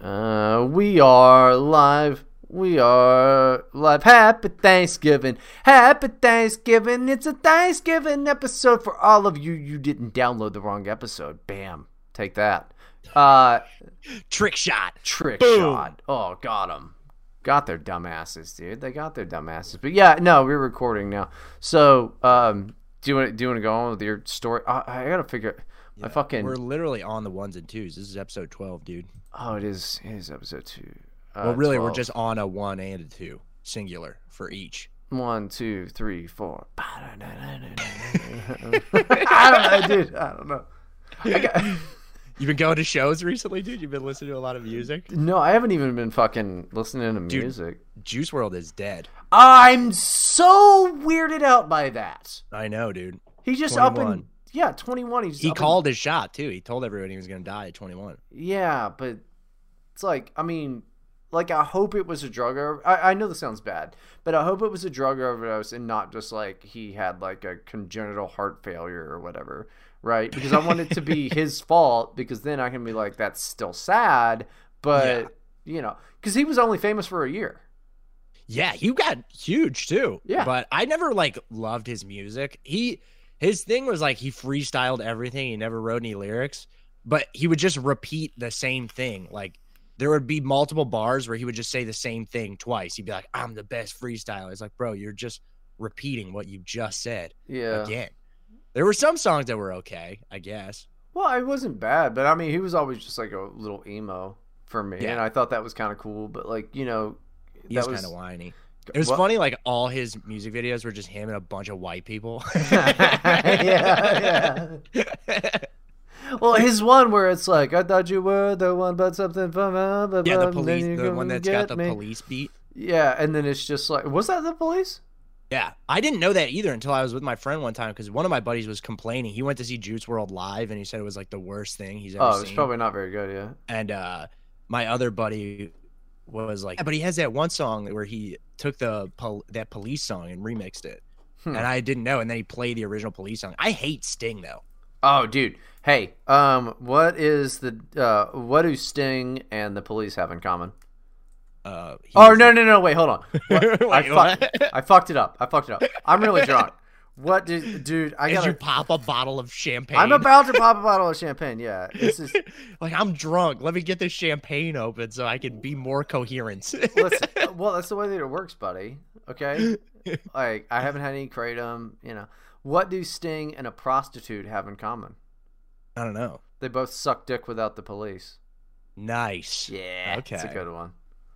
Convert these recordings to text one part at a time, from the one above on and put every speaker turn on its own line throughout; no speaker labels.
Uh, We are live. We are live. Happy Thanksgiving. Happy Thanksgiving. It's a Thanksgiving episode for all of you. You didn't download the wrong episode. Bam. Take that. Uh,
Trick shot.
trick
Boom.
shot. Oh, got them. Got their dumbasses, dude. They got their dumbasses. But yeah, no, we're recording now. So, um, do you want do you want to go on with your story? I, I gotta figure. I fucking.
We're literally on the ones and twos. This is episode 12, dude.
Oh, it is. It is episode two. Uh,
Well, really, we're
12.
just on a one and a two, singular for each.
One, two, three, four. I don't know, dude. I don't know. I got,
You've been going to shows recently, dude. You've been listening to a lot of music.
no, I haven't even been fucking listening to
Dude.
music.
Juice World is dead.
I'm so weirded out by that.
I know, dude.
He just up
21.
and yeah, 21. He, just
He
up and-
called his shot too. He told everyone he was going to die at 21.
yeah, but it's like I mean, like I hope it was a drug. Over- I I know this sounds bad, but I hope it was a drug overdose and not just like he had like a congenital heart failure or whatever. right? Because I want it to be his fault because then I can be like, that's still sad, but you know, because he was only famous for a year.
Yeah, he got huge too.
Yeah.
but I never like loved his music. He his thing was like he freestyled everything. He never wrote any lyrics, but he would just repeat the same thing. Like there would be multiple bars where he would just say the same thing twice. He'd be like, "I'm the best freestyler." It's like, bro, you're just repeating what you just said
Yeah.
again. There were some songs that were okay, I guess.
Well, it wasn't bad, but I mean, he was always just like a little emo for me,
Yeah.
and I thought that was kind of cool. But like, you know,
He's
that was
kind of whiny. It was
Well-
funny, like all his music videos were just him and a bunch of white people.
yeah,
yeah.
yeah. Well, his one where it's like, I thought you were the one, but something from above,
Yeah,
and
the
then
police,
you
the
come
one
and
that's
get
got the
me."
police beat.
Yeah, and then it's just like, was that the police?
Yeah, I didn't know that either until I was with my friend one time because one of my buddies was complaining. He went to see Juice World live and he said it was like the worst thing he's ever
Oh, it's
seen.
probably not very good. Yeah.
and uh, my other buddy was like, "Yeah, but he has that one song where he took the pol- that police song and remixed it,
Hmm.
and I didn't know. And then he played the original police song. I hate Sting though.
Oh, dude. Hey, um, what is the uh, what do Sting and the police have in common?
Uh, he
Oh
was-
no, no, no! Wait, hold on. What?
Wait,
I, fuck-
what?
I fucked it up. I fucked it up. I'm really drunk. What did, dude? I
Did
got.
you
to
pop a bottle of champagne?
I'm about to pop a bottle of champagne. Yeah, this is.
like I'm drunk. Let me get this champagne open so I can be more coherent.
Listen, well, that's the way that it works, buddy. Okay, like I haven't had any kratom. You know, what do Sting and a prostitute have in common?
I don't know.
They both suck dick without the police.
Nice.
Yeah, Um, it's a
Okay.
good one.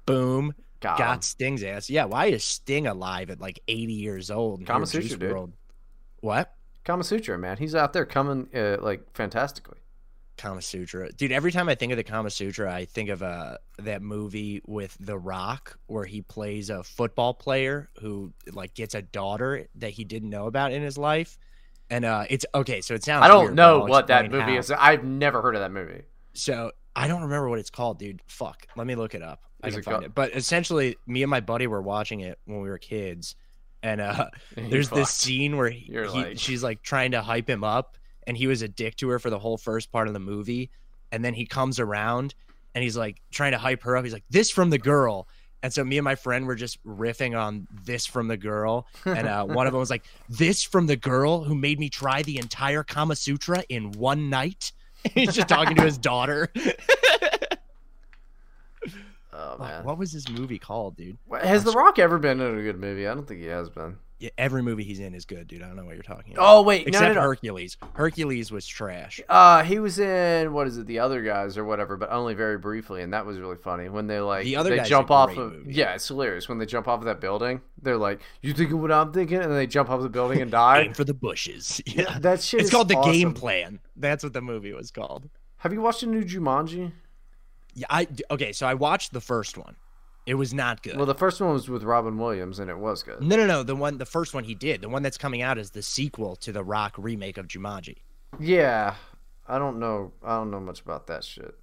Boom.
Got 'em.
Got Sting's ass. Yeah. Why is Sting alive at like 80 years old? in
Kama
your
Sutra,
juice
dude.
What?
Kama Sutra, man. He's out there coming uh, like fantastically.
Kama Sutra. Dude, every time I think of the Kama Sutra, I think of uh, that movie with The Rock where he plays a football player who like gets a daughter that he didn't know about in his life. And uh, it's okay. So it sounds
I don't
weird, but
know
I'll
what that
explain
movie
how.
is. I've never heard of that movie.
So I don't remember what it's called, dude. Fuck. Let me look it up. I
Is
can
it
find
called-
it. But essentially, me and my buddy were watching it when we were kids, and uh, there's
Fuck.
this scene where he,
You're
he-
like-
she's like trying to hype him up, and he was a dick to her for the whole first part of the movie, and then he comes around and he's like trying to hype her up. He's like, "This from the girl." And so me and my friend were just riffing on this from the girl, and uh, one of them was like, "This from the girl who made me try the entire Kama Sutra in one night." He's just talking to his daughter.
Oh
Fuck,
man,
What was this movie called, dude?
has The Rock ever been in a good movie? I don't think he has been.
Yeah, every movie he's in is good, dude. I don't know what you're talking about.
Oh wait,
Except
no, no, no.
Hercules. Hercules was trash.
Uh, he was in what is it, The Other Guys or whatever, but only very briefly, and that was really funny when they like
The Other
they
Guys is
jump
a
off
great
of
movie.
yeah, it's hilarious when they jump off of that building. They're like, "You thinking what I'm thinking?" and they jump off the building and die.
Aim for the bushes. Yeah.
that shit.
It's
is
called the
awesome.
game plan. That's what the movie was called.
Have you watched the new Jumanji?
Yeah, I d- okay. So I watched the first one. It was not good.
Well, the first one was with Robin Williams, and it was good.
no, no, no. The one, the first one he did. The one that's coming out is the sequel to the Rock remake of Jumanji.
Yeah, I don't know. I don't know much about that shit.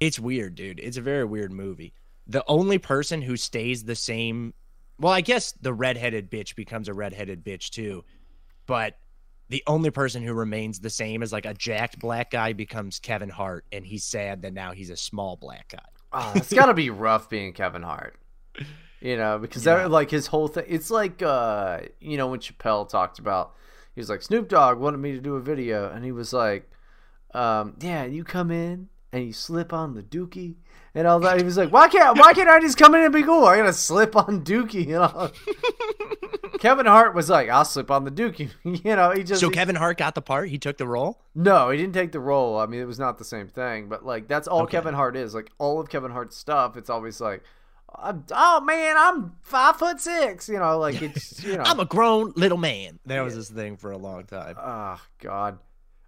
It's weird, dude. It's a very weird movie. The only person who stays the same, well, I guess the redheaded bitch becomes a redheaded bitch too, but the only person who remains the same is like a jacked black guy becomes Kevin Hart, and he's sad that now he's a small black guy.
oh, it's got to be rough being Kevin Hart. You know, because
Yeah.
that like his whole thing. It's like uh, you know when Chappelle talked about, he was like Snoop Dogg wanted me to do a video, and he was like, um, yeah, you come in and you slip on the dookie. And all that he was like, why can't why can't I just come in and be cool? I gotta slip on Dookie. You know, Kevin Hart was like, I'll slip on the Dookie. you know, he just
so
he-
Kevin Hart got the part. He took the role.
no, he didn't take the role. I mean, it was not the same thing, but like that's all
Okay.
Kevin Hart is. Like all of Kevin Hart's stuff, it's always like, I'm, "Oh man, I'm five foot six. You know, like it's you know,
I'm a grown little man. That was
Yeah.
his thing for a long time.
oh god.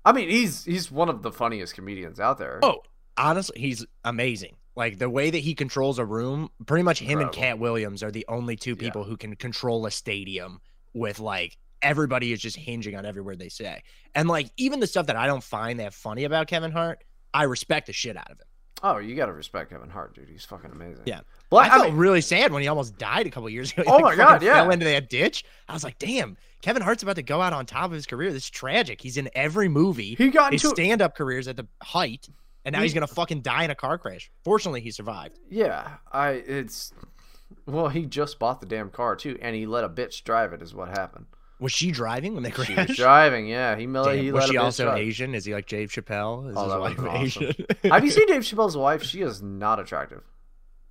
I mean, he's he's one of the funniest comedians out there.
Oh, honestly, he's amazing. Like the way that he controls a room, pretty much him and
Incredible.
Cat Williams are the only two
Yeah.
people who can control a stadium with like everybody is just hinging on every word they say. And like even the stuff that I don't find that funny about Kevin Hart, I respect the shit out of him.
oh, you gotta respect Kevin Hart, dude. He's fucking amazing.
Yeah.
but
I
I,
felt
mean,
really sad when he almost died a couple years ago. He,
Oh my God,
fucking
yeah.
Fell into that ditch. I was like, damn, Kevin Hart's about to go out on top of his career. This is tragic. He's in every movie.
he got
His
into
stand up career's at the height, and now
He-
he's gonna fucking die in a car crash. Fortunately, he survived.
yeah. I it's well, he just bought the damn car too, and he let a bitch drive it. Is what happened.
Was she driving when they
She was
crashed?
driving. Yeah, he, let
Damn,
Oh, he
was
let
she
a bitch
also
drive.
Asian? Is he like Dave Chappelle? Is
Oh,
his
that
wife
would've been awesome.
Asian?
Have you seen Dave Chappelle's wife? She is not attractive.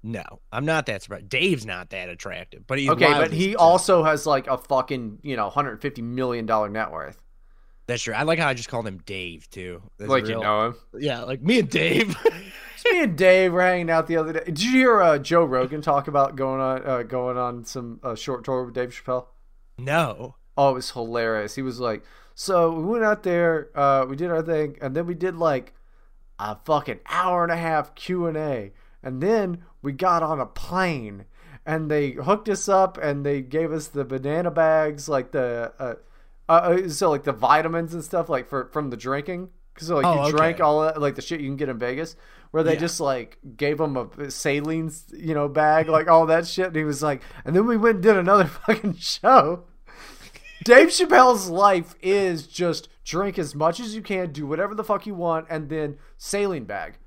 no, I'm not that surprised. Dave's not that attractive, but he's
okay,
wild
but
as
he
shit.
also has like a fucking you know 150 million dollar net worth.
that's true. I like how I just called him Dave too. That's
like
real-
you know him.
yeah, like me and Dave.
It's me and Dave were hanging out the other day. Did you hear uh, Joe Rogan talk about going on uh, going on some uh, short tour with Dave Chappelle?
no,
Oh, it was hilarious. He was like, so we went out there, uh, we did our thing, and then we did like a fucking hour and a half Q and A, and then we got on a plane, and they hooked us up, and they gave us the banana bags, like the, uh, uh, uh, so like the vitamins and stuff, like for from the drinking. Cause like
Oh,
you drank
okay.
all that, like the shit you can get in Vegas, where they
Yeah.
just like gave him a saline, you know, bag, like all that shit, and he was like, and then we went and did another fucking show. Dave Chappelle's life is just drink as much as you can, do whatever the fuck you want, and then saline bag.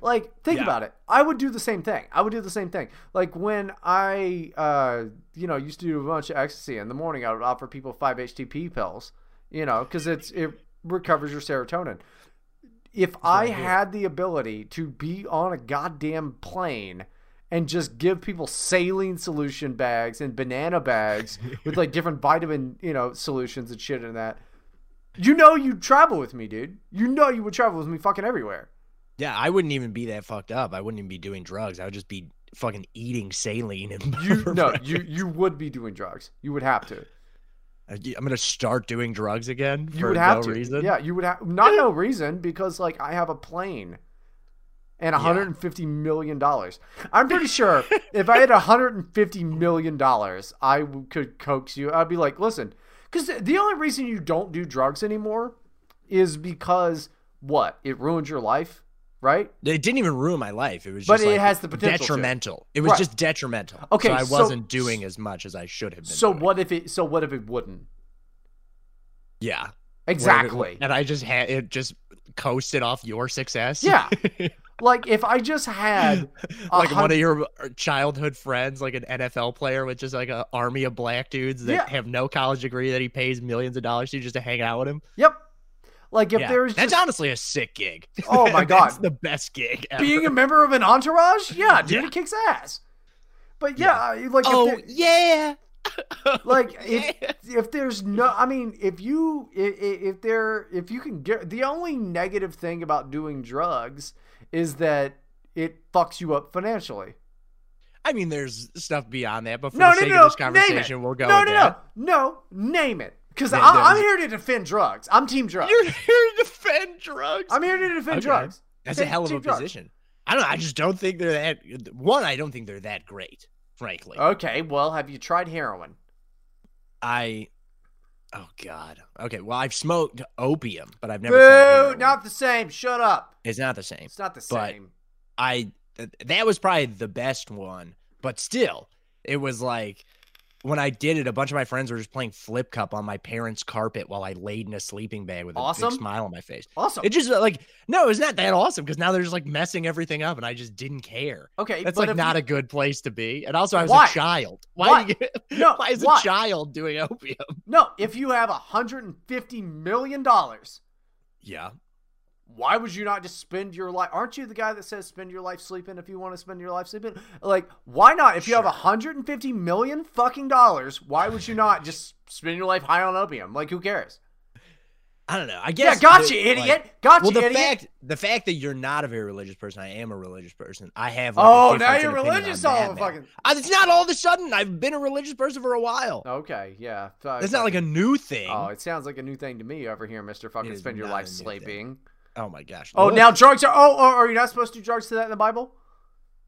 Like, think
Yeah.
about it. I would do the same thing. I would do the same thing. Like when I, uh, you know, used to do a bunch of ecstasy in the morning, I would offer people five HTP pills. You know, because it's it recovers your serotonin. If I
I do.
had the ability to be on a goddamn plane and just give people saline solution bags and banana bags with like different vitamin, you know, solutions and shit and that. You know you'd travel with me, dude. You know you would travel with me fucking everywhere.
yeah, I wouldn't even be that fucked up. I wouldn't even be doing drugs. I would just be fucking eating saline and
You no, you you would be doing drugs. You would have to.
I'm gonna start doing drugs again for
You would have
no
to.
reason.
Yeah, you would have not no reason because like I have a plane and 150 million dollars. I'm pretty sure if I had 150 million dollars, I w- could coax you. I'd be like, listen, because the only reason you don't do drugs anymore is because what it ruins your life, right?
It didn't even ruin my life. It was
But
just
it
like
has the potential to.
detrimental. It was
Right.
just detrimental.
Okay,
so I
so-
wasn't doing as much as I should have been.
So
doing.
what if it? So what if it wouldn't?
Yeah,
Exactly.
And I just had it just coasted off your success.
Yeah. Like if I just had
like one
hundred-
of your childhood friends, like an NFL player with just like an army of black dudes that
Yeah.
have no college degree that he pays millions of dollars to just to hang out with him.
yep. Like if
yeah.
there was
that's
just
honestly a sick gig.
Oh my
That's
God.
the best gig. Ever.
being a member of an entourage, yeah, dude,
Yeah.
it kicks ass. But yeah, like if
oh
there-
yeah,
like
yeah.
if, if there's no, I mean, if you if, if there if you can get the only negative thing about doing drugs is that it fucks you up financially.
I mean, there's stuff beyond that, but for
No,
the
no,
sake
no,
of this
name it.
conversation, we'll go.
no,
with
no,
Oh, that.
no, no, name it, because
Yeah,
I'm
there's-
here to defend drugs. I'm team drugs.
You're here to defend drugs.
I'm here to defend
Okay.
drugs.
That's a
Take-
hell of
take
a
drugs.
position. I don't. I just don't think they're that. One, I don't think they're that great. Frankly,
Okay, well, have you tried heroin?
I. Oh God. Okay. Well, I've smoked opium, but I've never. tried
Boo!
heroin.
Not the same. Shut up.
It's not the same.
It's not the
But-
same.
I. th- That was probably the best one, but still, it was like when I did it, a bunch of my friends were just playing flip cup on my parents' carpet while I laid in a sleeping bag with a
Awesome.
big smile on my face.
Awesome.
It just uh, like no, it's not that awesome because now they're just like messing everything up, and I just didn't care.
okay,
That's
but
like
if
not
you-
a good place to be. And also, I was
Why?
a child. Why?
Why?
do you-
No,
why is
why?
a child doing opium?
no. If you have hundred and fifty million dollars,
Yeah,
why would you not just spend your life? Aren't you the guy that says spend your life sleeping if you want to spend your life sleeping? Like, why not? If you have
Sure.
150 million fucking dollars, why would you not just spend your life high on opium? Like, who cares?
I don't know. I guess.
yeah, gotcha,
the- like-
idiot. Gotcha,
well, the
idiot.
fact the fact that you're not a very religious person, I am a religious person. I have. Like, a
oh, now
difference in
you're
opinion
religious
on
all
that
of a
now.
fucking.
I- It's not all of a sudden. I've been a religious person for a while.
Okay, yeah.
It's not like a new thing.
Oh, it sounds like a new thing to me over here, Mister. Fucking
is
spend your
not
life
a new thing.
sleeping.
Oh my gosh.
Oh,
Look.
now drugs are. Oh, oh, are you not supposed to do drugs to that in the Bible?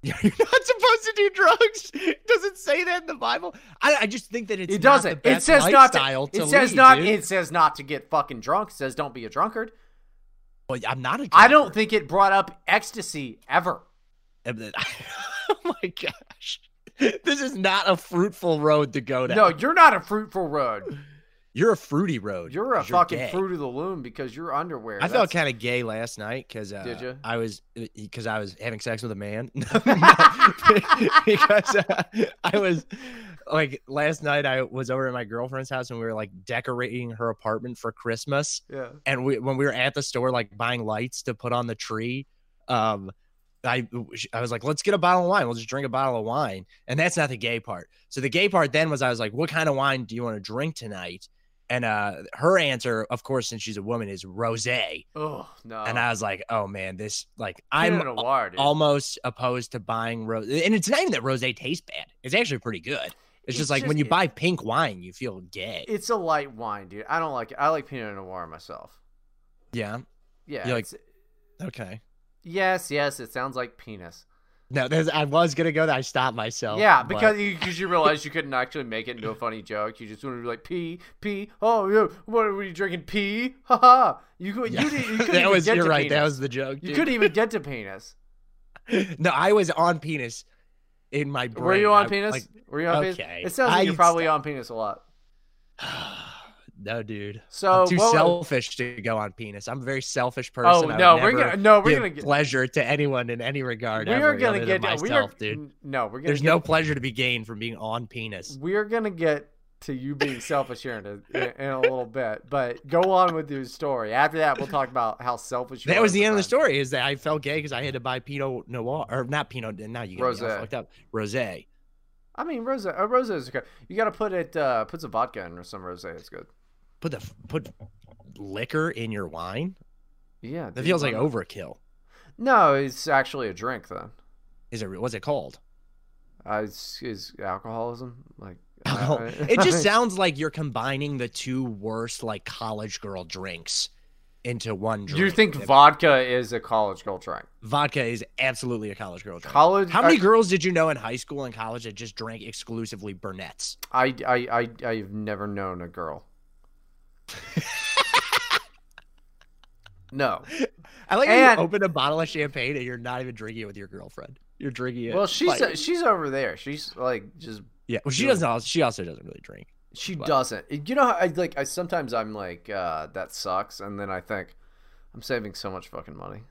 you're not supposed to do drugs. Does it say that in the Bible? I, I just think that it's
it
not the
doesn't. It
best
says not. To,
lifestyle
it
to
says
lead,
not.
dude.
It says not to get fucking drunk. It says don't be a drunkard.
Well, I'm not a
I don't
drunkard.
think it brought up ecstasy ever.
oh my gosh. This is not a fruitful road to go down.
No, you're not a fruitful road.
you're a fruity road.
You're a
'cause
fucking
gay.
fruit of the loom because you're underwear.
I felt
That's-
kind of gay last night because uh,
Did ya?
I was because I was having sex with a man. No, no, because uh, I was like last night I was over at my girlfriend's house and we were like decorating her apartment for Christmas.
yeah.
and we when we were at the store like buying lights to put on the tree um I, I was like, let's get a bottle of wine. We'll just drink a bottle of wine. And that's not the gay part. So the gay part then was I was like, what kind of wine do you want to drink tonight? And uh, her answer, of course, since she's a woman, is rose.
Oh no.
And I was like, oh man, this, like,
I'm
I'm
a war, dude.
almost opposed to buying rose. And it's not even that rose tastes bad, it's actually pretty good. It's,
It's
just like
just-
when you buy pink wine, you feel gay.
It's a light wine, dude. I don't like it. I like Pinot Noir myself.
yeah.
Yeah.
You like-
it's-
Okay.
yes, yes. It sounds like penis.
No, there's, I was gonna go there. I stopped myself.
yeah,
but-
because you, cause you realized you couldn't actually make it into a funny joke. You just wanted to be like pee pee. Oh, yeah. What were you drinking? Pee? Ha ha. You could.
Yeah.
You, didn't- you couldn't.
that
even
was
get
you're
to
right. That
penis.
was the joke.
You
dude.
couldn't even get to penis.
No, I was on penis in my brain.
Were you on
I-
penis?
like,
Were you on
okay.
penis? It sounds like you're
I-
probably on penis a lot.
no, dude.
So
I'm too
Oh, what-
selfish to go on penis. I'm a very selfish person. I
Oh
would
no, we're
never
gonna no, we're
give
gonna get
pleasure to anyone in any regard.
we
ever
are gonna
other
get
than
we are,
myself, dude.
n- No, we're gonna
There's
get,
no pleasure to be gained from being on penis.
We're gonna get to you being selfish here in a, in a little bit, but go on with your story. After that, we'll talk about how selfish. You
That
are
was
as
the
a
end of the
friend.
story. Is that I felt gay because I had to buy Pinot Noir or not Pinot? Now you got me all
Rosé.
fucked up. Rosé.
I mean, Rosa, uh, Rosa is okay. You gotta put it, uh, put some vodka in or some rosé. It's good.
Put the put liquor in your wine.
Yeah,
That
dude,
feels
why
like
not?
overkill.
No, it's actually a drink then.
Is it? What's it called?
Uh, it's, is alcoholism like?
Alcohol.
I-
it just sounds like you're combining the two worst like college girl drinks into one drink.
You think
If-
vodka is a college girl drink?
vodka is absolutely a college girl drink?
College?
How many girls did you know in high school and college that just drank exclusively Burnett's?
I, I, I, I've never known a girl. no.
I like how
And-
you open a bottle of champagne and you're not even drinking it with your girlfriend. You're drinking it.
Well, she's uh,
like-
she's over there. She's like just
yeah. Well, she
doing-
doesn't. Also, she also doesn't really drink.
she
Wow.
doesn't. You know, how I like I sometimes I'm like uh, that sucks, and then I think I'm saving so much fucking money.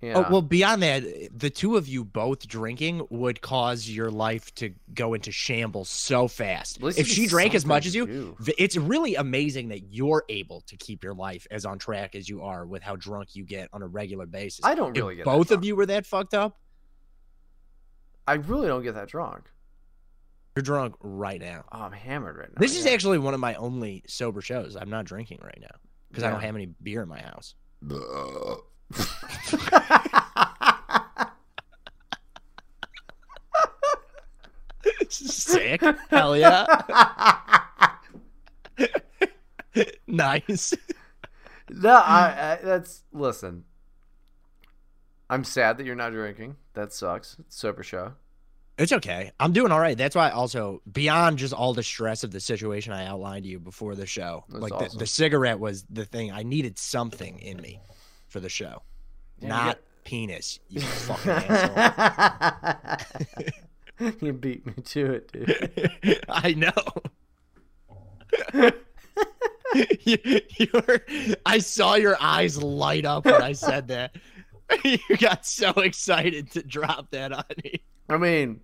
Yeah.
Oh, well, beyond that, the two of you both drinking would cause your life to go into shambles so fast.
At least
if
it'd
she
be
drank as
something
much
to
as you,
do.
th- it's really amazing that you're able to keep your life as on track as you are with how drunk you get on a regular basis.
I don't
If
really get that
both of
drunk.
you were that fucked up.
I really don't get that drunk.
You're drunk right now.
Oh, I'm hammered right now.
This is
yeah.
actually one of my only sober shows. I'm not drinking right now because I don't
Yeah.
have any beer in my house. Sick. Hell yeah. nice.
no, I, I that's listen. I'm sad that you're not drinking. That sucks. It's a sober show.
It's okay. I'm doing all right. That's why also beyond just all the stress of the situation I outlined to you before the show.
That's
like
awesome.
the, the cigarette was the thing. I needed something in me for the show.
Yeah, you
Not
got-
penis, you fucking asshole.
you You beat me to it, dude.
I know. you, you were, I saw your eyes light up when I said that. You got so excited to drop that on me.
I mean,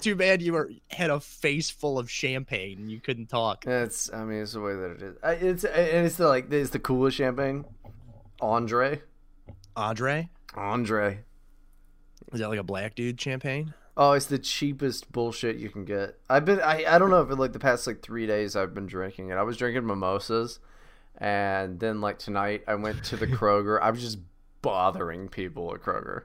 Too bad you were had a face full of champagne and you couldn't talk.
that's I mean, it's the way that it is. I- It's and it's the, like it's the coolest champagne. Andre,
Andre,
Andre.
is that like a black dude champagne?
Oh, it's the cheapest bullshit you can get. I've been I, I don't know if it, like the past like three days I've been drinking it. I was drinking mimosas, and then like tonight I went to the Kroger. I was just bothering people at Kroger,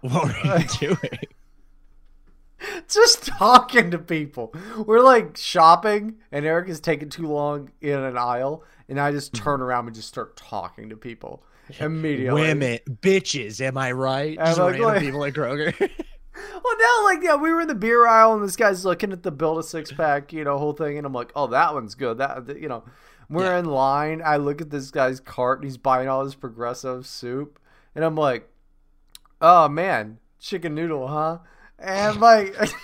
What were you doing?
just talking to people. We're like shopping, and Eric is taking too long in an aisle, and I just
Mm-hmm.
turn around and just start talking to people immediately.
Women, bitches, am I right?
I'm
Just
like,
random
what?
people at Kroger.
Well, now, like, yeah, we were in the beer aisle, and this guy's looking at the build a six pack, you know, whole thing, and I'm like, oh, that one's good. That, th- you know, we're
Yeah.
in line. I look at this guy's cart, and he's buying all this progressive soup, and I'm like, oh man, chicken noodle, huh? And like,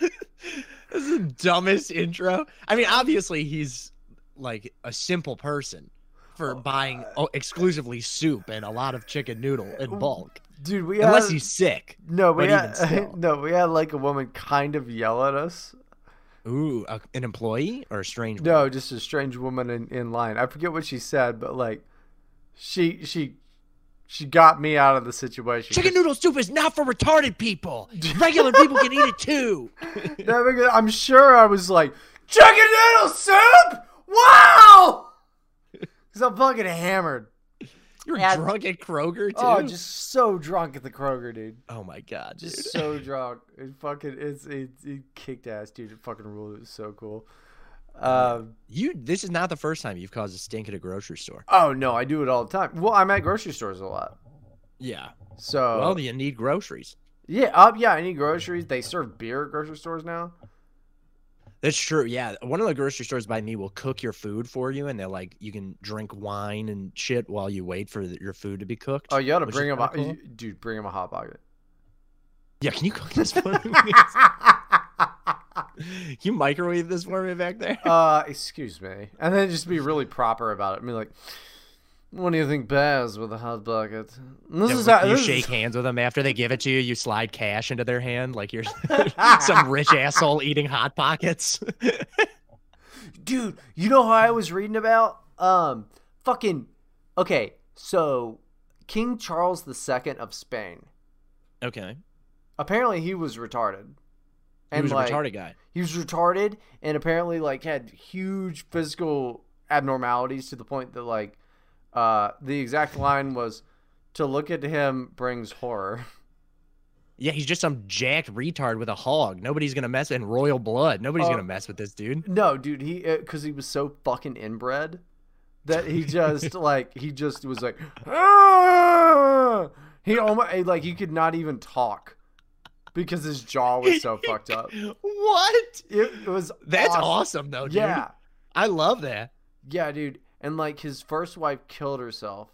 This is the dumbest intro. I mean, obviously he's like a simple person for
Oh.
buying o- exclusively soup and a lot of chicken noodle in bulk,
dude, we
unless
had
he's sick.
no, we
but even
had
still.
no, we had like a woman kind of yell at us.
Ooh, a, an employee or a strange?
No, just a strange woman in, in line. I forget what she said, but like, she she she got me out of the situation.
Chicken noodle soup is not for retarded people. Regular people can eat it too.
Yeah, because I'm sure I was like, chicken noodle soup? Wow! Because I'm fucking hammered.
You're
Yeah.
drunk at Kroger too.
Oh, just so drunk at the Kroger, dude.
Oh my god, dude.
Just so drunk. It fucking, it's, it, it kicked ass, dude. It fucking ruled. It was so cool. Um,
you. This is not the first time you've caused a stink at a grocery store.
oh, no, I do it all the time. Well, I'm at grocery stores a lot.
Yeah.
So,
Well, you need groceries.
yeah, uh, yeah, I need groceries. They serve beer at grocery stores now.
That's true. Yeah, one of the grocery stores by me will cook your food for you, and they're like, you can drink wine and shit while you wait for the, your food to be cooked.
Oh, you ought to
Which
bring
is
them up.
kinda cool.
Dude, bring them a hot pocket.
yeah. Can you cook this for me? Can you microwave this for me back there?
uh, excuse me. And then just be really proper about it. I mean, like, what do you think bears with a hot bucket? This
Yeah,
is
like,
how
you
this
shake
Is,
hands with them after they give it to you. You slide cash into their hand like you're some rich asshole eating hot pockets.
dude, you know how I was reading about? Um, fucking, okay, so King Charles II of Spain.
okay,
Apparently, he was retarded.
he was
like,
a retarded guy.
He was retarded and apparently like had huge physical abnormalities to the point that like uh the exact line was to look at him brings horror.
Yeah, he's just some jacked retard with a hog. Nobody's gonna mess in royal blood. Nobody's
Uh,
gonna mess with this dude.
No, dude, he because he was so fucking inbred that he just like he just was like "Ah!" he almost like he could not even talk because his jaw was so fucked up.
What?
It, was
That's awesome,
awesome.
though, Oh, dude.
Yeah,
I love that.
yeah, dude, and like his first wife killed herself.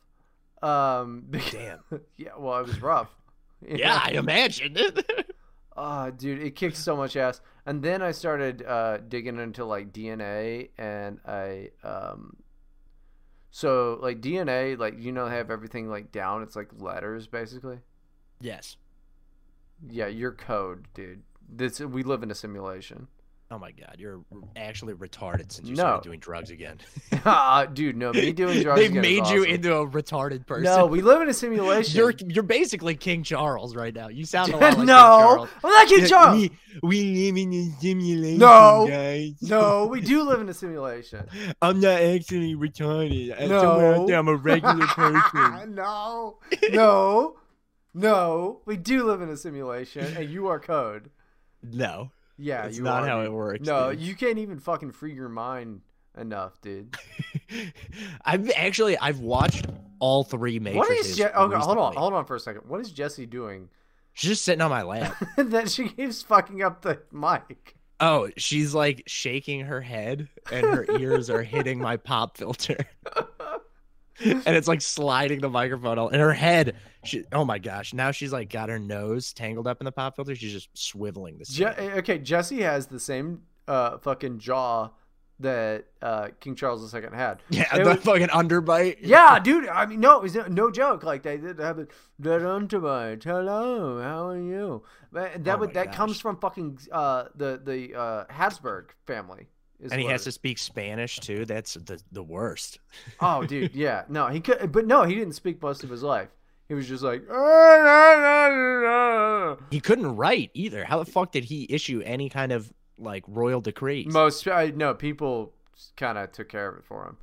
Um,
Damn.
yeah, well, it was rough.
Yeah, I imagine.
Ah, dude, it kicked so much ass. And then I started uh, digging into like DNA, and I um, so like DNA, like you know, have everything like down. It's like letters, basically.
yes.
Yeah, your code, dude. This we live in a simulation.
Oh my god, you're actually retarded since you
No.
started doing drugs again.
Ah, dude, no, me doing drugs.
They've
again is
made you
awesome.
into a retarded person.
No, we live in a simulation.
you're you're basically King Charles right now. You sound a lot like King
no,
Charles.
I'm not King
Yeah,
Charles.
We, we live in a simulation,
No.
guys.
No, we do live in a simulation.
I'm not actually retarded. I'm
No.
somewhere out there, I'm a regular person.
no, no, no. We do live in a simulation, and you are code.
no,
Yeah,
that's
you
not
are.
how it works.
no,
dude.
you can't even fucking free your mind enough, dude.
I've actually I've watched all three Matrixes.
what is Je- okay? Hold on,
recently.
hold on for a second. What is Jesse doing
She's just sitting on my lap.
that she keeps fucking up the mic?
Oh, she's like shaking her head, and her ears are hitting my pop filter. and it's like sliding the microphone all in her head. She, oh my gosh! Now she's like got her nose tangled up in the pop filter. She's just swiveling this.
Je- okay, Jesse has the same uh, fucking jaw that uh, King Charles II had.
yeah,
It
the
was-
fucking underbite.
yeah, dude. I mean, no, it was no, no joke. Like they did have it. That underbite. Hello, how are you? But that
Oh
would
my
that
gosh.
comes from fucking uh, the the uh, Habsburg family. Is
and he
what
has
it-
to speak Spanish too. That's the the worst.
Oh, dude, yeah. No, he could, but no, he didn't speak most of his life. He was just like, most.
He couldn't write either. How the fuck did he issue any kind of like royal decrees?
I, no people kind of took care of it for him.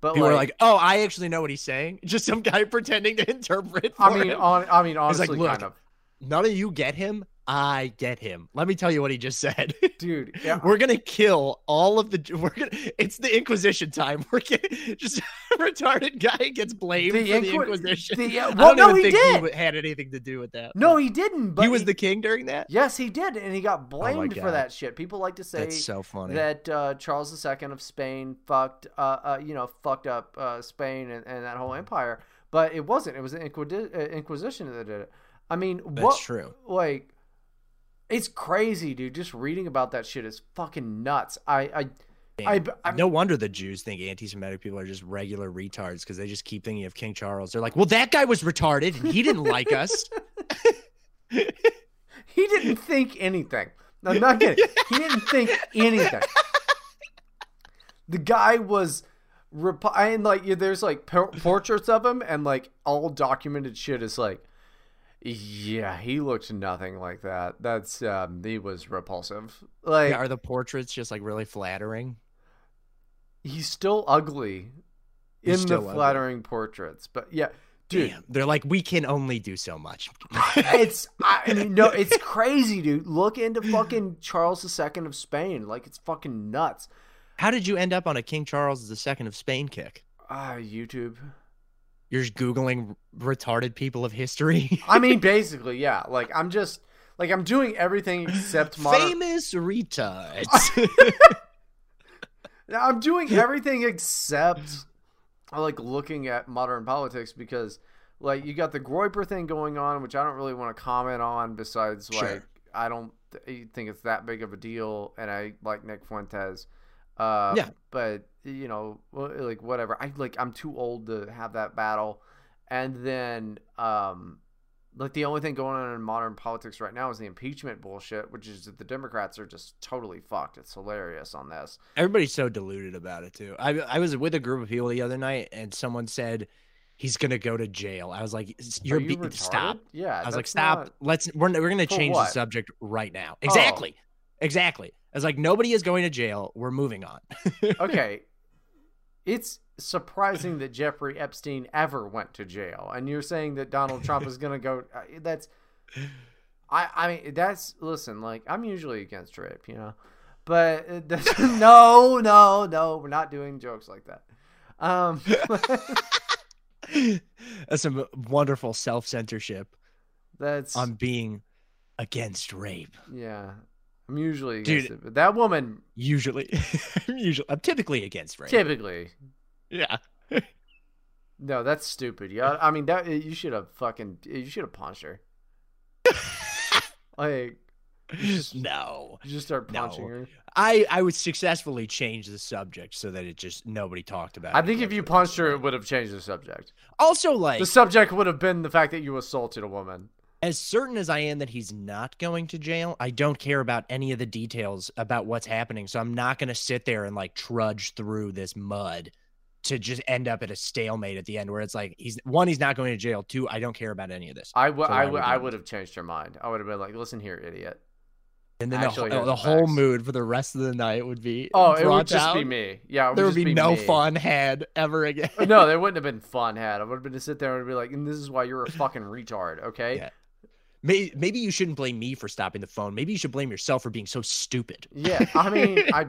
But
People
like,
were like, "Oh, I actually know what he's saying." Just some guy pretending to interpret. For
I mean,
him.
on, I mean,
He's like,
honestly,
"Look."
kind of,
none of you get him. I get him. Let me tell you what he just said.
dude. Yeah,
We're gonna kill all of the. We're gonna. It's the Inquisition time. We're gonna, just a retarded guy gets blamed
The
for the
Inqui-
Inquisition.
the- yeah,
I
well,
don't
no,
even
he
think
did.
wa- had anything to do with that.
no, he didn't. But
he was the king during that.
Yes, he did, and he got blamed for
Oh God.
that shit. People like to say
That's so funny.
that uh, Charles II of Spain fucked, uh, uh, you know, fucked up uh, Spain and, and that whole empire. But it wasn't. It was the Inquidi- uh, Inquisition that did it. I mean,
That's
what?
true.
Like, it's crazy, dude. Just reading about that shit is fucking nuts. I, I, I, I,
no wonder the Jews think anti-Semitic people are just regular retards because they just keep thinking of King Charles. They're like, "Well, that guy was retarded and he didn't like us."
he didn't think anything. I'm not kidding. He didn't think anything. The guy was, rep- and like yeah, there's like por- portraits of him, and like all documented shit is like, yeah, he looked nothing like that. That's um, he was repulsive. Like
Yeah, are the portraits just like really flattering?
he's still ugly
He's
in
still
the
ugly.
flattering portraits, but yeah, dude,
Damn. They're like, we can only do so much.
it's I mean, no, it's crazy, dude. Look into fucking Charles II of Spain. Like it's fucking nuts.
How did you end up on a King Charles II of Spain kick?
Ah, YouTube.
You're just googling retarded people of history.
I mean, basically, yeah. Like I'm just like I'm doing everything except modern.
Famous retards.
I'm doing everything except I like looking at modern politics because like you got the Groiper thing going on, which I don't really want to comment on. Besides,
Sure.
like I don't th- think it's that big of a deal, and I like Nick Fuentes. Uh,
Yeah.
But you know, wh- like whatever. I like I'm too old to have that battle. And then, um, like the only thing going on in modern politics right now is the impeachment bullshit, which is that the Democrats are just totally fucked. It's hilarious on this.
Everybody's so deluded about it too. I I was with a group of people the other night, and someone said he's gonna go to jail. I was like, "S-
Are
"You're
you
be- stop."
retarded? Yeah,
I was like,
that's
"Stop.
not-
Let's we're we're gonna
For
change the
what? Oh.
subject right now." Exactly, exactly. I was like, "Nobody is going to jail. We're moving on."
okay, it's surprising that Jeffrey Epstein ever went to jail, and you're saying that Donald Trump is going to go. uh, That's, I, I mean, that's listen. Like, I'm usually against rape, you know, but uh, that's, no, no, no, we're not doing jokes like that. Um,
That's some wonderful self censorship
that's
on being against rape.
yeah. I'm usually
Dude.
against it, but that woman
Usually, I'm usually, I'm typically against rape.
typically.
Yeah.
No, that's stupid. Yeah, I mean that you should have fucking you should have punched her. like
No,
You just start
No.
punching her.
I I would successfully change the subject so that it just nobody talked about.
I
it
think if you
quickly.
punched her, it would have changed the subject.
also like
The subject would have been the fact that you assaulted a woman.
as certain as I am that he's not going to jail, I don't care about any of the details about what's happening. So I'm not going to sit there and like trudge through this mud to just end up at a stalemate at the end where it's like he's one, he's not going to jail. Two, I don't care about any of this.
I would,
So
I
why
would,
would
I
you-
would have changed her mind. I would have been like, "Listen here, idiot."
And then
Actually,
the,
here's
whole, the
the
whole
facts.
mood for the rest of the night would be
Oh, it would
brought
just be
down.
me. Yeah, it would
There would
just
be, no
me.
fun had ever again.
No, there wouldn't have been fun had. I would have been to sit there and be like, "And this is why you're a fucking retard." Okay.
Yeah. May- Maybe you shouldn't blame me for stopping the phone. Maybe you should blame yourself for being so stupid.
Yeah, I mean, I,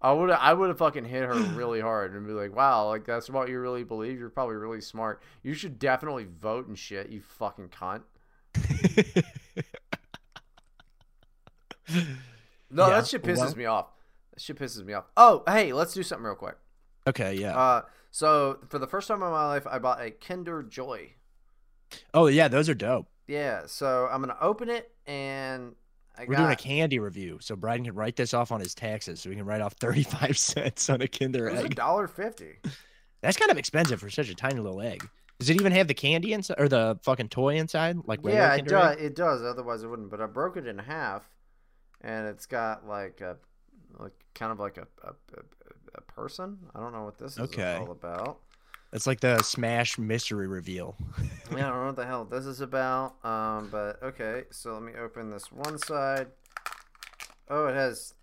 I would, I would have fucking hit her really hard and be like, "Wow, like that's what you really believe. You're probably really smart. You should definitely vote and shit. You fucking cunt." No,
Yeah,
that shit pisses
well-
me off. That shit pisses me off. Oh, hey, let's do something real quick.
Okay, yeah.
Uh, So for the first time in my life, I bought a Kinder Joy.
Oh yeah, those are dope.
Yeah, so I'm gonna open it and I
We're
got
doing a candy review, so Bryden can write this off on his taxes, so we can write off thirty five cents on a Kinder
it was a
egg.
dollar fifty.
That's kind of expensive for such a tiny little egg. Does it even have the candy inside or the fucking toy inside? Like regular
yeah, it
Kinder
does.
Egg?
It does. Otherwise, it wouldn't. But I broke it in half, and it's got like a, like kind of like a a, a, a person. I don't know what this is
Okay.
all about.
It's like the Smash mystery reveal.
I mean, I don't know what the hell this is about. Um, but okay, so let me open this one side. Oh, it has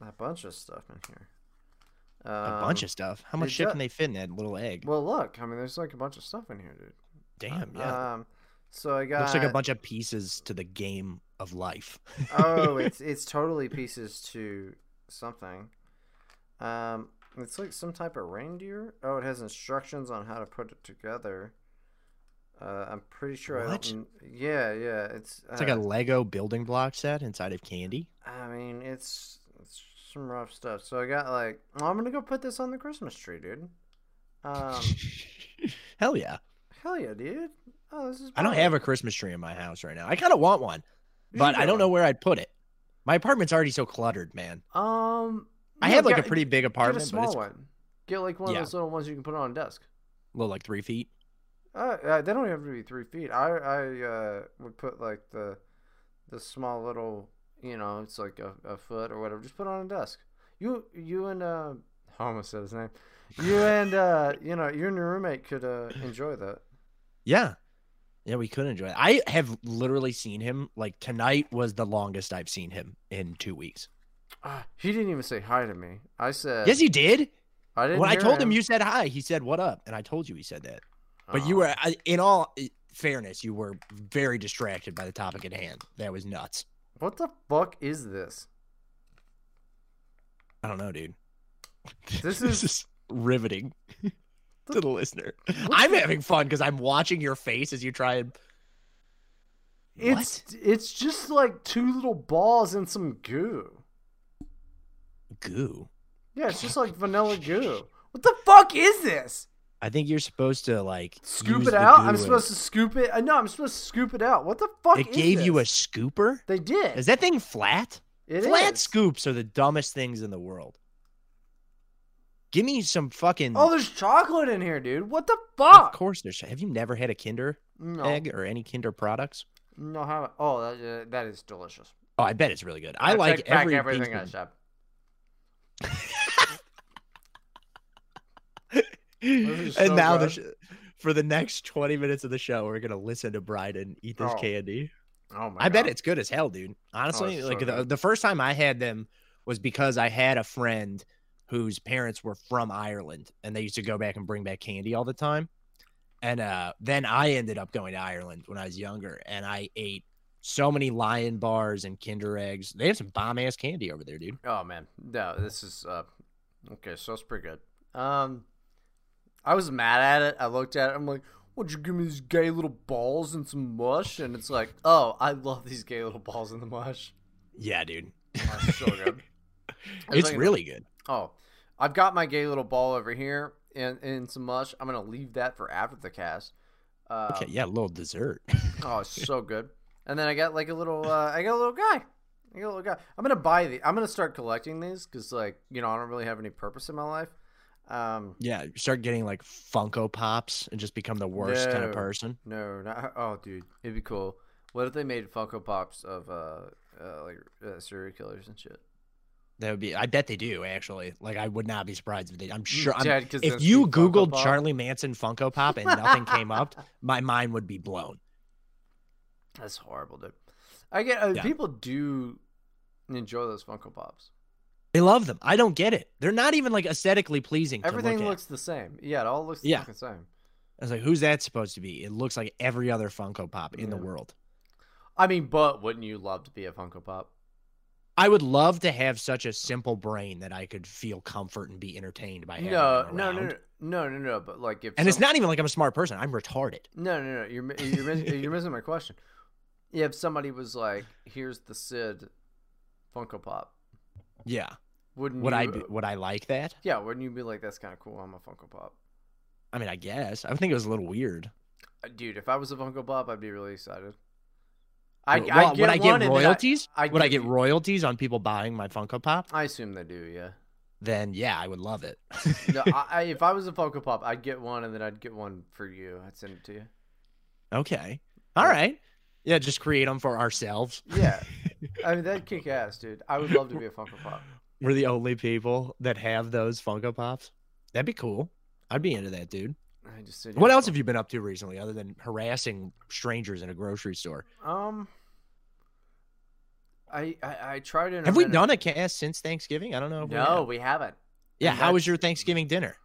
a bunch of stuff in here. Um,
a bunch of stuff. How much
it
shit
do-
can they fit in that little egg?
Well, look. I mean, there's like a bunch of stuff in here, dude.
Damn, yeah.
Um, so I got.
Looks like a bunch of pieces to the game of life.
oh, it's it's totally pieces to something. Um, it's like some type of reindeer. Oh, it has instructions on how to put it together. Uh, I'm pretty sure. I
What?
don't, yeah, yeah. It's uh,
It's like a Lego building block set inside of candy.
I mean, it's, it's some rough stuff. So I got like, well, I'm gonna go put this on the Christmas tree, dude. Um,
Hell yeah.
hell yeah, dude. Oh, this is.
I don't
fun.
have a Christmas tree in my house right now. I kind of want one,
You
but
should
I
get
don't know
one.
where I'd put it. My apartment's already so cluttered, man.
Um,
I
no,
have like
get-
a pretty big
Get a
apartment, but
small
it's
one. Get like one
Yeah.
of those little ones you can put on a desk.
little like three feet.
Uh, uh, they don't have to be three feet. I I uh, would put like the the small little you know it's like a, a foot or whatever. Just put it on a desk. You you and uh, I almost said his name. You and uh, you know you and your roommate could uh, enjoy that.
Yeah. Yeah, we could enjoy it. I have literally seen him. Like tonight was the longest I've seen him in two weeks.
Uh, he didn't even say hi to me. I said
Yes, he did.
I didn't.
When I
hear
told him you said hi, he said, What up? And I told you he said that. But you
Oh.
were, I- in all eh, fairness, you were very distracted by the topic at hand. That was nuts.
Oh. What the fuck is this?
I don't know, dude.
This is-
riveting to the listener. I'm having fun because I'm watching your face as you try and.
It's it's just like two little balls and some goo.
what? Goo.
Yeah, it's just like vanilla goo. What the fuck is this?
I think you're supposed to like
Scoop
use
it
the
out.
goo
I'm
and-
supposed to scoop it. uh, No, I'm supposed to scoop it out. What the fuck?
They
is
gave you a
this?
scooper.
They did.
Is that thing flat?
It
flat
is.
scoops are the dumbest things in the world. Give me some fucking.
Oh, there's chocolate in here, dude. What the
of
fuck?
course there's. Have you never had a Kinder
No,
egg or any Kinder products?
no. How? Oh, that, uh, that is delicious.
Oh, I bet it's really good. I,
I
like
take back
every
everything
piece
I
of-
said. is so
and now the
good.
sh- for the next 20 minutes of the show, we're going to listen to Bryden eat this
Oh,
candy.
Oh my!
I bet
God. Oh,
it's good as hell, dude. Honestly,
it's so
like the,
good.
the first time I had them was because I had a friend whose parents were from Ireland and they used to go back and bring back candy all the time. And uh, then I ended up going to Ireland when I was younger and I ate so many lion bars and Kinder eggs. They have some bomb ass candy over there, dude.
Oh man, no. This is uh, okay. So it's pretty good. Um, I was mad at it. I looked at it. I'm like, "Would you give me these gay little balls and some mush?" And it's like, "Oh, I love these gay little balls and the mush.
Yeah, dude.
Oh, it's so good." I was
It's
like-
really good.
Oh, I've got my gay little ball over here and and some mush. I'm gonna leave that for after the cast. Uh,
Okay, yeah, a little dessert.
Oh, it's so good. And then I got like a little. Uh, I got a little guy. I got a little guy. I'm gonna buy the. I'm gonna start collecting these because like you know I don't really have any purpose in my life. Um,
Yeah, start getting like Funko Pops and just become the worst kind of
No.
person.
no, not, oh, dude, it'd be cool. What if they made Funko Pops of uh, uh like uh, serial killers and shit?
That would be. I bet they do actually. Like, I would not be surprised if they.
Mm,
I'm sure. I'm,
Dead 'cause
if
that's the
you
Funko
Googled
Pop.
Charlie Manson Funko Pop and nothing came up, my mind would be blown.
That's horrible, dude. I get uh,
Yeah.
people do enjoy those Funko Pops.
They love them. I don't get it. They're not even like aesthetically pleasing. to
Everything
look at.
looks the same. Yeah, it all looks the
Yeah.
fucking same.
I was like, who's that supposed to be? It looks like every other Funko Pop in the
Yeah.
world.
I mean, but wouldn't you love to be a Funko Pop?
I would love to have such a simple brain that I could feel comfort and be entertained by having
No,
them
no, no,
around.
no, no, no, no. But like, if
And it's
some-
not even like I'm a smart person. I'm retarded.
No, no, no. You're mi- you're mis- you're missing my question. If somebody was like, "Here's the Sid Funko Pop,"
Yeah.
wouldn't
Would
you,
I be, would I like that?
Yeah, wouldn't you be like, "That's kind of cool. I'm a Funko Pop."
I mean, I guess I would think it was a little weird.
Uh, Dude, if I was a Funko Pop, I'd be really excited.
Would- well,
get
would I
one
get
and then
royalties?
I
would I
give
get
you-
royalties on people buying my Funko Pop?
I assume they do, yeah.
Then yeah, I would love it.
No, I, I, if I was a Funko Pop, I'd get one and then I'd get one for you. I'd send it to you.
okay, all right, yeah, just create them for ourselves.
Yeah. I mean, that'd kick ass, dude. I would love to be a Funko Pop.
We're the only people that have those Funko Pops. That'd be cool. I'd be into that, dude.
I just send you
What
a
else have you been up to recently, other than harassing strangers in a grocery store?
Funko- Um, I, I I tried it.
Have we done a cast since Thanksgiving? I don't know. if we have.
No, we haven't.
Yeah.
and
How was
that's-
your Thanksgiving dinner?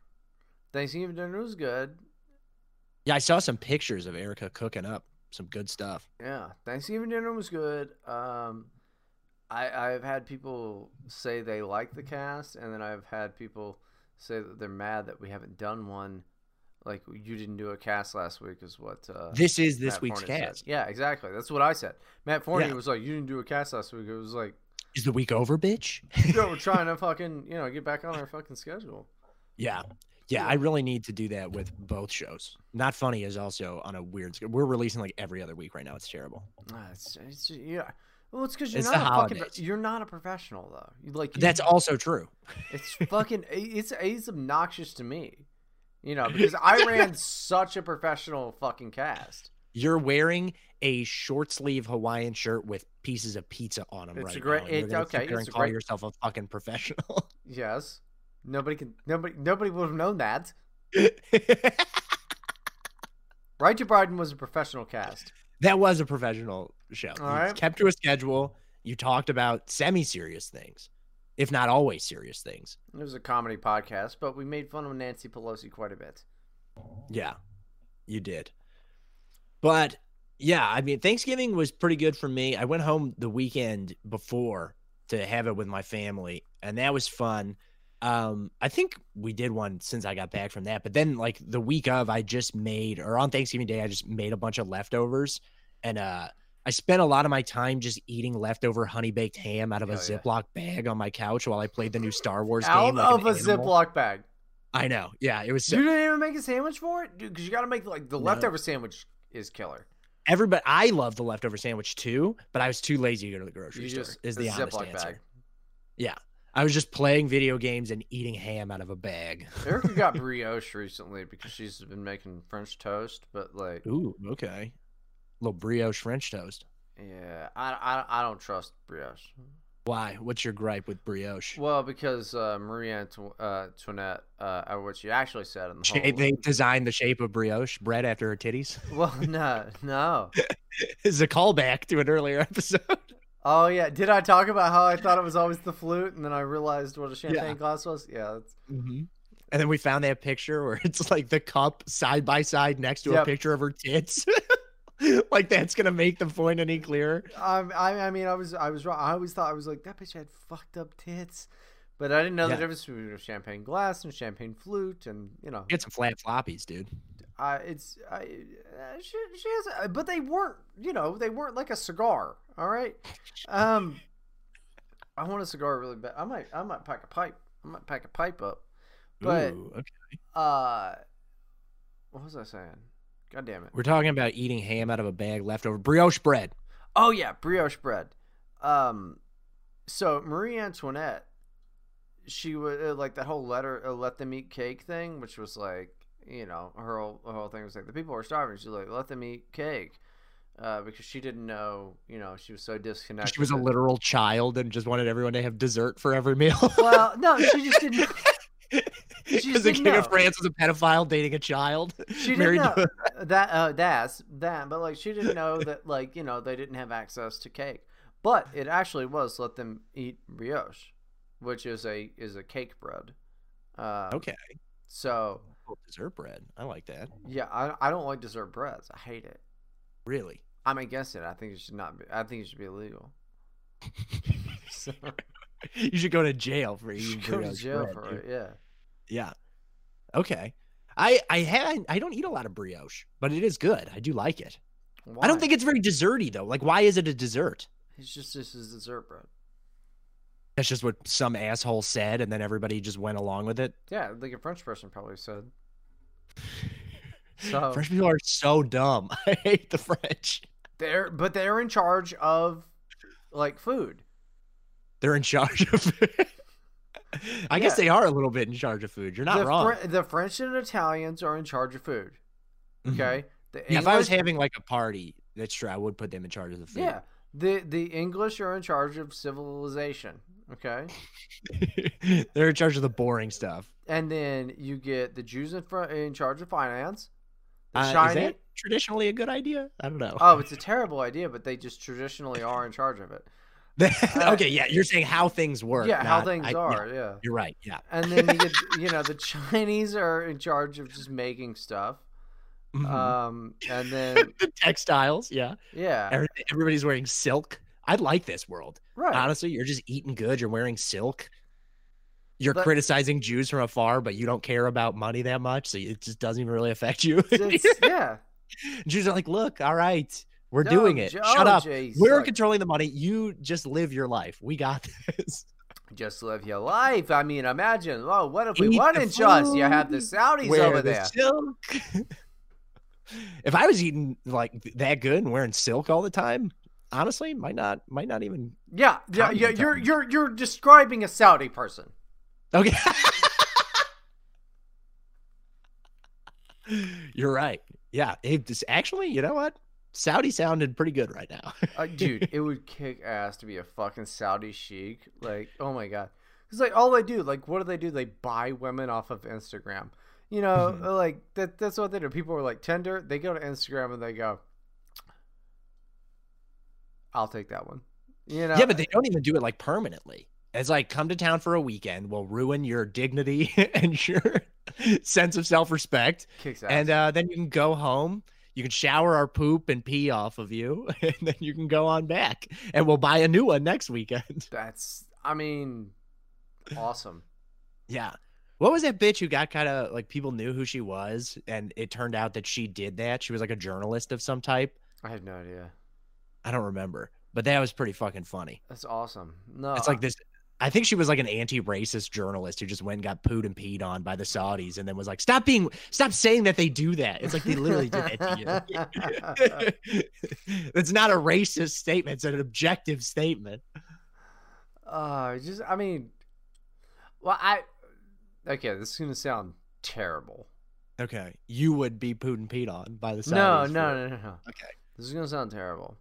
Thanksgiving dinner was good.
Yeah, I saw some pictures of Erica cooking up some good stuff.
Yeah, Thanksgiving dinner was good. Um, I I've had people say they like the cast, and then I've had people say that they're mad that we haven't done one. Like you didn't do a cast last week, is what. Uh,
This is this
Matt
week's
Forney said.
cast.
Yeah, exactly. That's what I said. Matt Forney
Yeah.
was like, "You didn't do a cast last week." It was like,
Is the week over, bitch?
"Yo, we're trying to fucking you know get back on our fucking schedule."
yeah. Yeah, I really need to do that with both shows. Not funny is also on a weird. sch- We're releasing like every other week right now. It's terrible.
Ah, It's, it's yeah. Well, it's because you're
It's
not
the
a fucking
holidays.
you're not a professional though. You like you-
That's also true.
It's fucking it's it's obnoxious to me. You know, because I ran such a professional fucking cast.
You're wearing a short sleeve Hawaiian shirt with pieces of pizza on them
It's
right
a great-
now. and you're
it's
gonna sit
okay,
there
it's
and
a
call
great-
yourself a fucking professional.
Yes. Nobody can nobody nobody would have known that. Right to Bryden was a professional cast.
that was a professional show.
All
you
right.
kept to a schedule. You talked about semi-serious things, if not always serious things.
It was a comedy podcast, but we made fun of Nancy Pelosi quite a bit.
Yeah, you did. But yeah, I mean, Thanksgiving was pretty good for me. I went home the weekend before to have it with my family, and that was fun. Um, I think we did one since I got back from that, but then like the week of, I just made or on Thanksgiving Day, I just made a bunch of leftovers, and uh, I spent a lot of my time just eating leftover honey baked ham out of a
Hell yeah.
Ziploc bag on my couch while I played the new Star Wars
Out
game. like
of
an
a
animal.
Ziploc bag.
I know, yeah, it was so
you didn't even make a sandwich for it? Dude, because you got to make, like, the
No.
leftover sandwich is killer.
everybody I love the leftover sandwich too, but I was too lazy to go to the grocery
You
store.
just,
is
a
the honest
Ziploc
answer.
bag.
I was just playing video games and eating ham out of a bag.
Erica got brioche recently because she's been making French toast, but, like,
Ooh, okay. Little brioche French toast.
Yeah, I, I, I don't trust brioche.
Why? What's your gripe with brioche?
Well, because uh, Marie Anto- uh, Antoinette, uh, uh, what she actually said in the
Shape-
whole.
they designed the shape of brioche bread after her titties.
Well, no, no.
It's a callback to an earlier episode.
Oh yeah, did I talk about how I thought it was always the flute, and then I realized what a champagne
Yeah.
glass was? Yeah, that's,
And then we found that picture where it's like the cup side by side next to a
Yep.
picture of her tits. like that's gonna make the point any clearer.
I, Um, I, I mean, I was, I was wrong. I always thought I was like that bitch had fucked up tits, but I didn't know
Yeah.
the difference between a champagne glass and champagne flute, and you know,
Get some flat floppies, dude.
I, it's, I, uh, she, she has, uh, but they weren't, you know, they weren't like a cigar. All right. Um, I want a cigar really bad. I might, I might pack a pipe. I might pack a pipe up. But
Ooh, okay.
uh, what was I saying? God damn it.
We're talking about eating ham out of a bag leftover brioche bread.
Oh yeah, brioche bread. Um, so Marie Antoinette, she was uh, like that whole letter uh, let them eat cake thing, which was like you know her whole, her whole thing was like the people are starving. She's like let them eat cake, uh, because she didn't know you know she was so disconnected.
She was a
that-
literal child and just wanted everyone to have dessert for every meal.
Well, no, she just didn't. just
Because the
didn't
king
know.
of France was a pedophile dating a child.
She didn't
married
know
to a-
that. Uh, that's that. But like, she didn't know that. Like, you know, they didn't have access to cake. But it actually was let them eat brioche, which is a is a cake bread. Uh,
okay.
So
Well, Oh, dessert bread. I like that.
yeah, I, I don't like dessert breads. I hate it.
Really?
I'm against it. I think it should not be. I think it should be illegal. so,
You should go to jail for eating
should go to
brioche
jail
bread,
for
dude.
it. Yeah.
Yeah. Okay. I I had I don't eat a lot of brioche, but it is good. I do like it. I
Why?
don't think it's very desserty though. Like, why is it a dessert?
it's just this is dessert bread.
That's just what some asshole said, and then everybody just went along with it.
Yeah, like a French person probably said. So
French people are so dumb. I hate the French.
they're but they're in charge of like food.
They're in charge of. I guess
Yeah.
they are a little bit in charge of food. You're not
the,
wrong.
Fre- the French and Italians are in charge of food.
Mhm.
Okay. The
Yeah, if I was
English-
having like a party, that's true. I would put them in charge of the food.
yeah, the the English are in charge of civilization. Okay.
They're in charge of the boring stuff.
And then you get the Jews in, fr- in charge of finance. The
Uh, is
Chinese.
that traditionally a good idea? I don't know.
Oh, it's a terrible idea, but they just traditionally are in charge of it.
okay, yeah, you're saying how things work.
uh, yeah, how
not-
things
I- yeah,
are. yeah.
you're right. Yeah.
And then you get, you know, the Chinese are in charge of just making stuff.
Mhm.
Um, and then
the textiles. Yeah.
yeah,
Everything, everybody's wearing silk. I like this world.
right.
Honestly, you're just eating good. You're wearing silk. You're
But-
criticizing Jews from afar, but you don't care about money that much, so it just doesn't even really affect you.
It's- yeah,
Jews are like, "Look, all right, we're doing
No,
it.
j-
Shut
oh,
up.
jeez,
We're
like,
controlling the money. You just live your life. We got this."
just live your life. I mean, imagine. Oh, what if
Eat
we
the
wanted just? You have the
food,
Saudis
Wear
over
the
there.
silk. if I was eating like th- that good and wearing silk all the time, honestly, might not, might not even.
Yeah, yeah,
Communism.
yeah. You're you're you're describing a Saudi person.
Okay. You're right. Yeah. It, this, actually, you know what? Saudi sounded pretty good right now.
Uh, dude, it would kick ass to be a fucking Saudi sheik. Like, oh my god. It's like all they do, like what do they do? They buy women off of Instagram. You know, uh, like that that's what they do. People are like tender, they go to Instagram and they go I'll take that one. You know.
yeah, but they don't even do it like permanently. It's like come to town for a weekend. We'll ruin your dignity and your sense of self respect.
kicks ass.
and uh, then you can go home. You can shower our poop and pee off of you, and then you can go on back, and we'll buy a new one next weekend.
that's I mean awesome.
Yeah. What was that bitch who got kind of like people knew who she was, and it turned out that she did that? She was like a journalist of some type.
I have no idea.
I don't remember, but that was pretty fucking funny.
That's awesome. No.
It's like this. I think she was like an anti-racist journalist who just went and got pooed and peed on by the Saudis, and then was like, "Stop being, stop saying that they do that." It's like they literally did that to you. it's not a racist statement. It's an objective statement.
Uh, just I mean, well, I okay. This is gonna sound terrible.
Okay. You would be pooed and peed on by the
no,
Saudis
no,
for-
no, no, no.
Okay.
This is gonna sound terrible.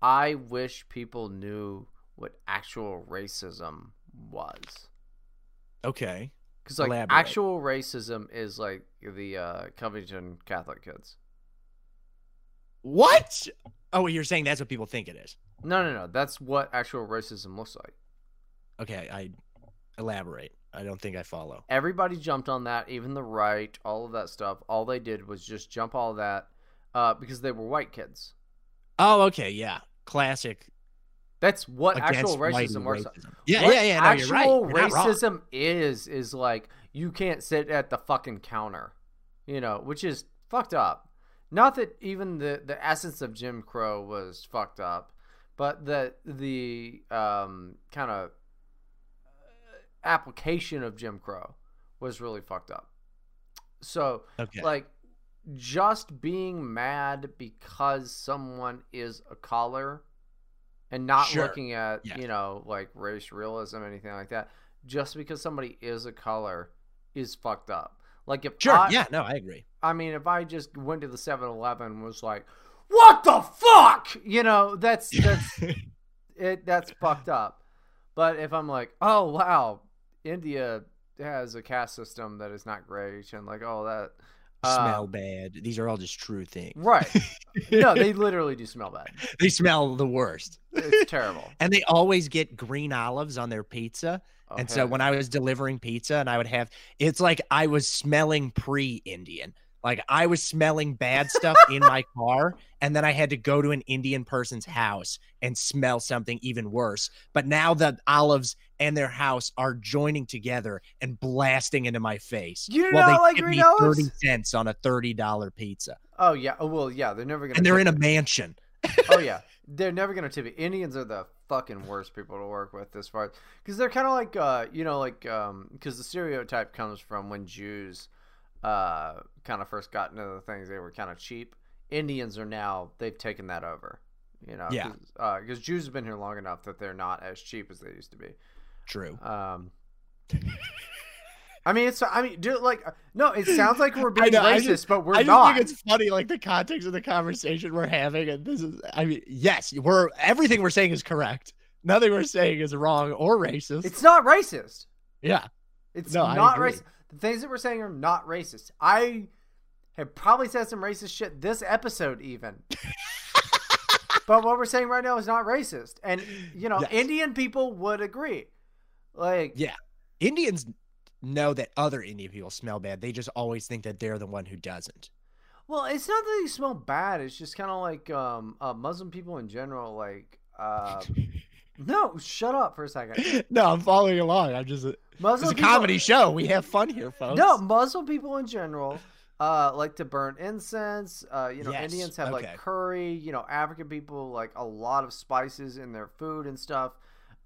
I wish people knew what actual racism was,
Okay.
because like
Elaborate.
actual racism is like the uh, Covington Catholic kids.
What? Oh, wait, you're saying that's what people think it is.
No, no, no. That's what actual racism looks like.
Okay. I elaborate. I don't think I follow.
everybody jumped on that, even the right, all of that stuff. All they did was just jump all that uh, because they were white kids.
Oh, okay. Yeah. Classic.
That's what
against
actual
white
racism
and
works.
racism. Yeah,
What
yeah, yeah. No,
actual
you're right. You're not wrong.
racism is is like you can't sit at the fucking counter, you know, which is fucked up. Not that even the the essence of Jim Crow was fucked up, but the the um, kind of application of Jim Crow was really fucked up. So
Okay.
like just being mad because someone is a color and not
Sure.
looking at
Yeah.
you know like race realism or anything like that just because somebody is a color is fucked up like if
sure.
I,
yeah. No, I agree.
I mean if i just went to the 7-eleven and was like what the fuck you know that's that's it that's fucked up but if i'm like oh wow india has a caste system that is not great and like oh that uh,
smell bad. These are all just true things.
Right. No, they literally do smell bad.
they smell the worst.
It's terrible.
And they always get green olives on their pizza. And so
Okay.
when I was delivering pizza and I would have it's like I was smelling pre-Indian. Like I was smelling bad stuff in my car and then I had to go to an Indian person's house and smell something even worse. But now the olives and their house are joining together and blasting into my face.
You do
while
not like
give
green
me
olives?
30 cents on a $30 pizza.
oh yeah, oh well yeah, they're never gonna.
And they're in
tip
a mansion.
you. Oh yeah, they're never gonna tip you. Indians are the fucking worst people to work with this far because they're kind of like uh you know like um because the stereotype comes from when Jews uh, kind of first got into the things, they were kind of cheap. Indians are now they've taken that over. You know,
Yeah.
because Jews have been here long enough that they're not as cheap as they used to be.
True.
Um, I mean, it's I mean, dude, like, no, it sounds like we're being
know, I
racist,
just-
but we're
I just
not.
think it's funny, like the context of the conversation we're having, and this is, I mean, yes, we're everything we're saying is correct. Nothing we're saying is wrong or racist.
It's not racist.
yeah,
It's
No, I
not
agree.
racist. The things that we're saying are not racist. I have probably said some racist shit this episode, even. but what we're saying right now is not racist, and you know,
Yes.
Indian people would agree. Like,
Yeah. Indians know that other Indian people smell bad. They just always think that they're the one who doesn't.
well, it's not that they smell bad. It's just kind of like um, uh, Muslim people in general. Like, uh, no, shut up for a second.
no, I'm following along. I'm just. It's
Muslim
a
people-
comedy show. We have fun here, folks.
No, Muslim people in general uh, like to burn incense. Uh, you know,
Yes,
Indians have
okay.
like curry. You know, African people like a lot of spices in their food and stuff.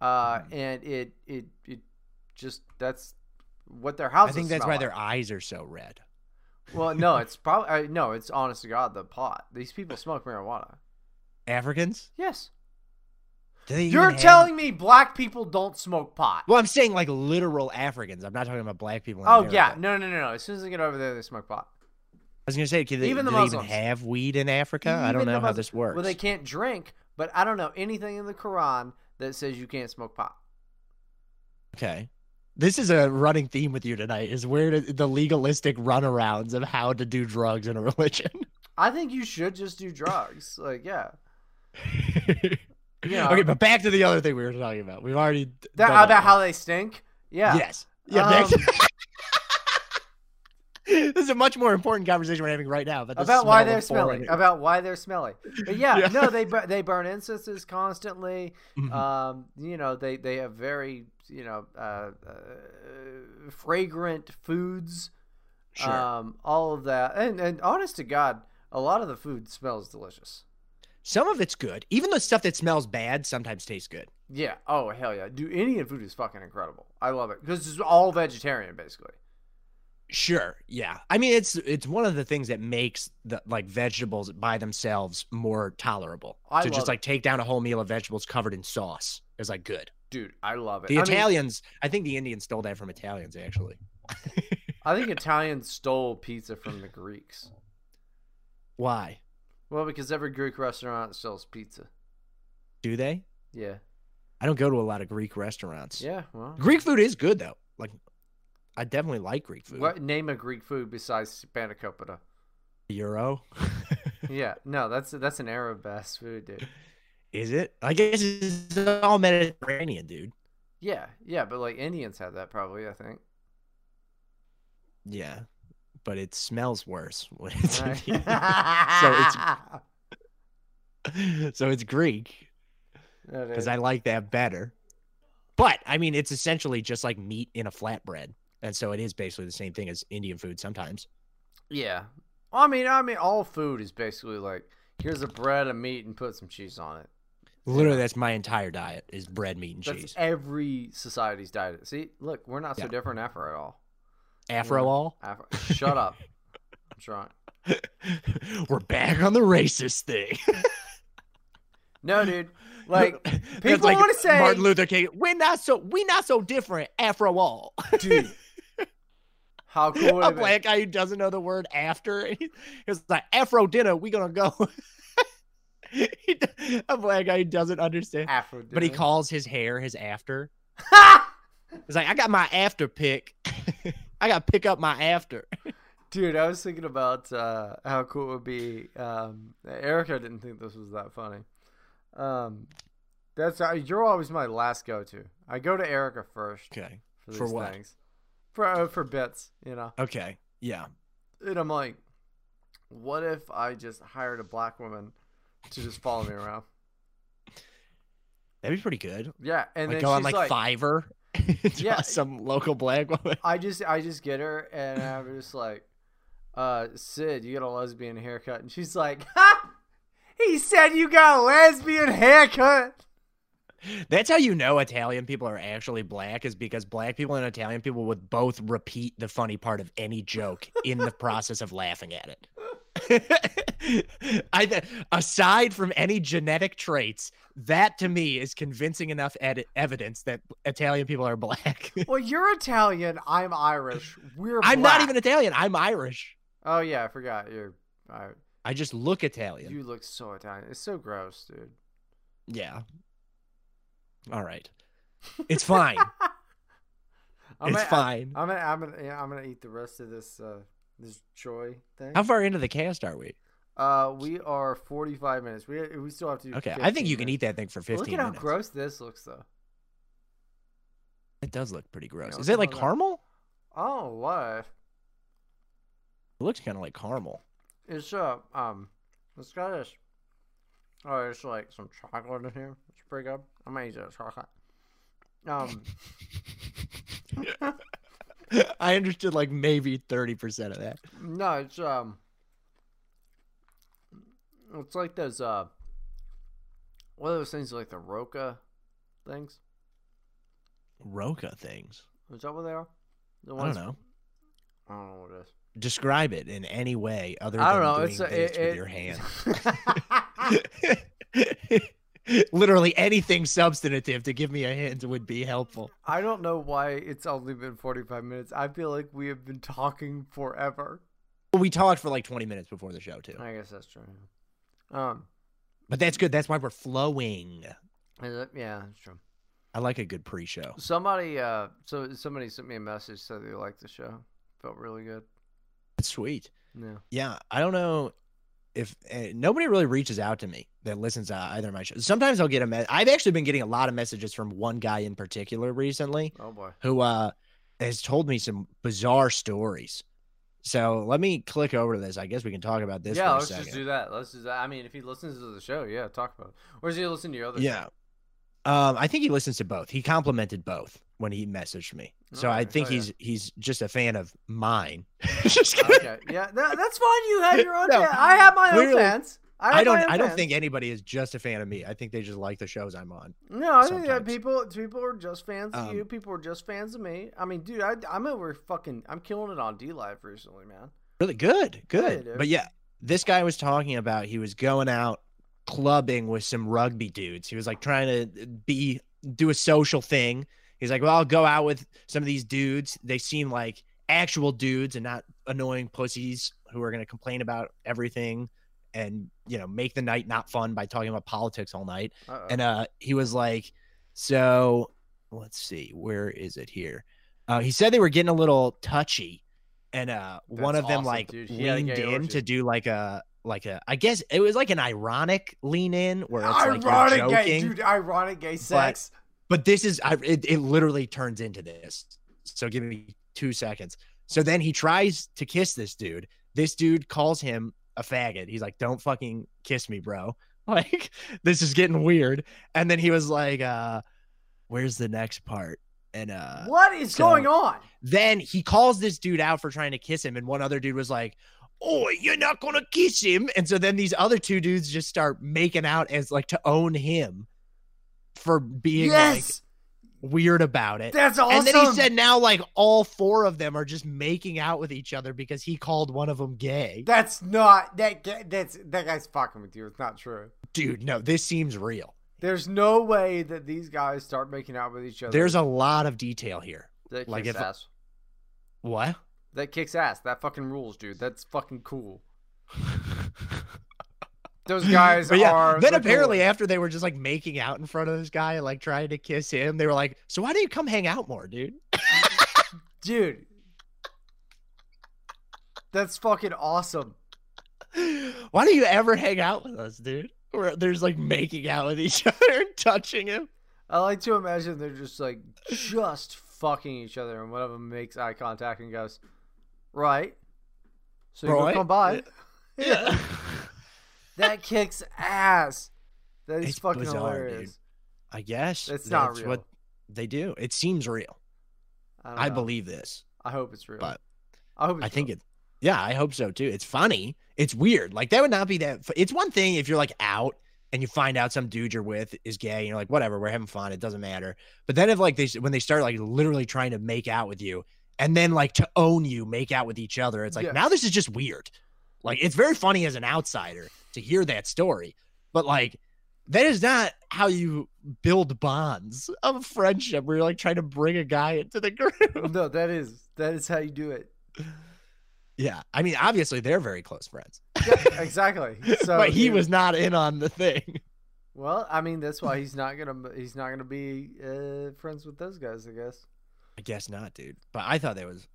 Uh,
Mhm.
And it it it just that's what their house.
I think that's why their eyes are so red.
Well, no, it's probably I, no. It's honest to God, the pot. These people smoke marijuana.
Africans?
Yes,
Do they
you're
even have-
telling me black people don't smoke pot.
Well, I'm saying like literal Africans. I'm not talking about black people. in
Oh
America.
yeah, no, no, no, no. As soon as they get over there, they smoke pot.
I was gonna say, can they,
Even
even
the
do they even
Muslims.
have weed in Africa? I don't
Even the
know how
Mus-
this works.
Well, they can't drink, but I don't know anything in the Quran that says you can't smoke pot.
Okay, this is a running theme with you tonight. Is where to, the legalistic runarounds of how to do drugs in a religion.
I think you should just do drugs. like, yeah. Yeah.
Okay, but back to the other thing we were talking about. We've already d-
That,
done
about
that
how they stink? Yeah.
one. Yes. Yeah.
Um,
next- this is a much more important conversation we're having right now. About, the
About why
smell
they're
of foreign
smelly. About why they're smelly. But yeah,
Yeah.
no, they bur- they burn incenses constantly.
Mhm.
Um, you know, they they have very you know uh, uh, fragrant foods.
Sure.
Um, all of that, and and honest to God, a lot of the food smells delicious.
Some of it's good. Even the stuff that smells bad sometimes tastes good.
Yeah. Oh hell yeah. Dude, Indian food is fucking incredible. I love it because it's all vegetarian basically.
Sure. Yeah. I mean, it's it's one of the things that makes the like vegetables by themselves more tolerable.
I
to
love
just
it.
like take down a whole meal of vegetables covered in sauce is like good.
Dude, I love it.
The
I mean,
Italians, I think the Indians stole that from Italians actually.
I think Italians stole pizza from the Greeks.
Why
Well, because every Greek restaurant sells pizza.
do they?
Yeah.
I don't go to a lot of Greek restaurants.
Yeah. Well.
Greek food is good though. Like, I definitely like Greek food.
What name a Greek food besides spanakopita?
Euro
Yeah, no, that's that's an Arab fast food, dude.
is it? I guess it's all Mediterranean, dude.
Yeah, yeah, but like Indians have that probably, I think.
Yeah, but it smells worse when it's
Right.
Indian. So it's- so it's Greek
No, dude.
because I like that better. But I mean, it's essentially just like meat in a flatbread, and so it is basically the same thing as Indian food sometimes.
Yeah. I mean, I mean, all food is basically like here's a bread, a meat, and put some cheese on it.
Literally, that's my entire diet is bread, meat, and
That's
cheese.
every society's diet. See, look, we're not so
Yeah.
different after at all.
Afro
yeah.
all.
Afro, shut up. I'm trying.
We're back on the racist thing.
No, dude. Like
That's
people wanna say-
Martin Luther King. We're not so we not so different. Afro all.
dude. How cool would it
A
have been?
black guy who doesn't know the word after. It's like Afro dinner. We gonna go. He d- a black guy who doesn't understand.
Afro.
But he
dude.
calls his hair his after. He's like, I got my after pick. I got to pick up my after.
Dude, I was thinking about uh, how cool it would be. Um, Erica didn't think this was that funny. Um, that's uh, you're always my last go to. I go to Erica first
Okay.
for these
For what?
things, for uh, for bits, you know.
Okay. Yeah.
And I'm like, what if I just hired a black woman to just follow me around?
That'd be pretty good.
Yeah, and
like
then
go on
she's like,
like, Fiverr.
Yeah.
yeah. Some local black woman.
I just I just get her and I'm just like, uh, Sid, you got a lesbian haircut, and she's like, ha! He said you got a lesbian haircut.
That's how you know Italian people are actually black is because black people and Italian people would both repeat the funny part of any joke in the process of laughing at it. I th- aside from any genetic traits, that to me is convincing enough ed- evidence that Italian people are black.
Well, you're Italian. I'm Irish. We're.
I'm not
black.
even Italian. I'm Irish.
Oh yeah, I forgot. You're. I,
I just look Italian.
you look so Italian. It's so gross, dude.
yeah. All right. It's fine.
I'm
it's
gonna-
fine.
I'm gonna. I'm gonna. Yeah, I'm gonna eat the rest of this. Uh, this joy thing.
How far into the cast are we?
Uh, we are 45 minutes. We we still have to. Do
Okay, I
15
think you can
minutes.
eat that thing for 15
Look at how
minutes.
gross this looks, though.
It does look pretty gross.
Yeah,
Is it
look
like
at all that.
caramel?
Oh, what?
It looks kind of like caramel.
It's uh um, it's got this. Oh, it's like some chocolate in here. It's pretty good. I might eat that chocolate. Um,
I understood like maybe 30% of that.
no, it's um, it's like those uh, one of those things like the Roca things.
Roca things.
Is that what they are? The
I don't know.
I don't know what it is.
Describe it in any way other than
I don't know.
doing
It's a,
this
it,
with
it-
your hand.
hand.
Literally anything substantive to give me a hint would be helpful.
I don't know why it's only been 45 minutes. I feel like we have been talking forever.
We talked for like 20 minutes before the show too.
I guess that's true. Um,
But that's good. That's why we're flowing.
is it- yeah, that's true.
I like a good pre-show.
Somebody, uh, so somebody sent me a message said they liked the show. Felt really good.
That's sweet.
Yeah.
Yeah, I don't know if uh, nobody really reaches out to me that listens to either of my shows. Sometimes I'll get a message. I've actually been getting a lot of messages from one guy in particular recently
Oh boy.
who uh has told me some bizarre stories. So let me click over to this. I guess we can talk about this
yeah,
for a
let's
second.
just do that. Let's do that. I mean, if he listens to the show, yeah, talk about it. Or does he listen to your other?
yeah. Um, I think he listens to both. He complimented both when he messaged me. So I
Alright.
think
Oh, yeah.
he's he's just a fan of mine. Just
show?
kidding.
Okay. Yeah, that, that's fine. You have your own.
No,
fan. I have my own
clearly-
fans. I, have
I don't
my own
I don't
fans.
think anybody is just a fan of me. I think they just like the shows I'm on.
No, I think that
sometimes.
people people are just fans of
Um,
you. People are just fans of me. I mean, dude, I, I'm over fucking. I'm killing it on D Live recently, man.
Really good, good.
dude.
but yeah, this guy was talking about he was going out clubbing with some rugby dudes. He was like trying to uh, be do a social thing. He's like, "Well, I'll go out with some of these dudes. They seem like actual dudes and not annoying pussies who are going to complain about everything and, you know, make the night not fun by talking about politics all night."
Uh-oh.
and uh he was like so let's see where is it here uh he said they were getting a little touchy and uh one
That's
of them
awesome,
like
dude. He had a
leaned
gay
in
orgy.
to do like a like a i guess it was like an ironic lean in where it's like
ironic
you're
gay,
joking
dude. Ironic gay sex.
but this is I, it, it literally turns into this so give me two seconds so then he tries to kiss this dude this dude calls him a faggot he's like don't fucking kiss me bro like this is getting weird and then he was like uh where's the next part and uh
what is
so-
going on?
then he calls this dude out for trying to kiss him and one other dude was like oh you're not gonna kiss him and so then these other two dudes just start making out as like to own him for being like
Yes,
weird about it.
that's awesome.
And then he said now like all four of them are just making out with each other because he called one of them gay.
"That's not that. ga- That's that guy's fucking with you. It's not true.
Dude, no, this seems real.
There's no way that these guys start making out with each other.
There's a lot of detail here.
that kicks
like if-
ass.
What?
That kicks ass. That fucking rules, dude. That's fucking cool. Those guys
But yeah,
are.
then
the
apparently
coolest.
after they were just like making out in front of this guy and like trying to kiss him, they were like, "So why do you come hang out more, dude?"
dude, that's fucking awesome.
Why do you ever hang out with us, dude? Where there's like making out with each other and touching him.
I like to imagine they're just like just fucking each other, and one of them makes eye contact and goes, "Right." So you
Right?
come by.
Yeah.
that kicks ass. That is
It's
fucking
bizarre, dude.
hilarious.
I guess
It's not real.
they do. It seems real.
don't
I
know.
believe this.
I hope it's real.
but
I hope. It's
I think
real.
it. Yeah, I hope so too. It's funny. It's weird. Like that would not be that. It's one thing if you're like out and you find out some dude you're with is gay and you're like whatever we're having fun it doesn't matter but then if like they when they start like literally trying to make out with you and then like to own you make out with each other it's like
Yeah.
now this is just weird like it's very funny as an outsider to hear that story but like that is not how you build bonds of friendship where you're like trying to bring a guy into the group
no, that is that is how you do it.
yeah i mean obviously they're very close friends
Yeah, exactly. So
but he was not in on the thing
Well, I mean, that's why he's not gonna he's not gonna be uh, friends with those guys. I guess
i guess not dude but i thought that was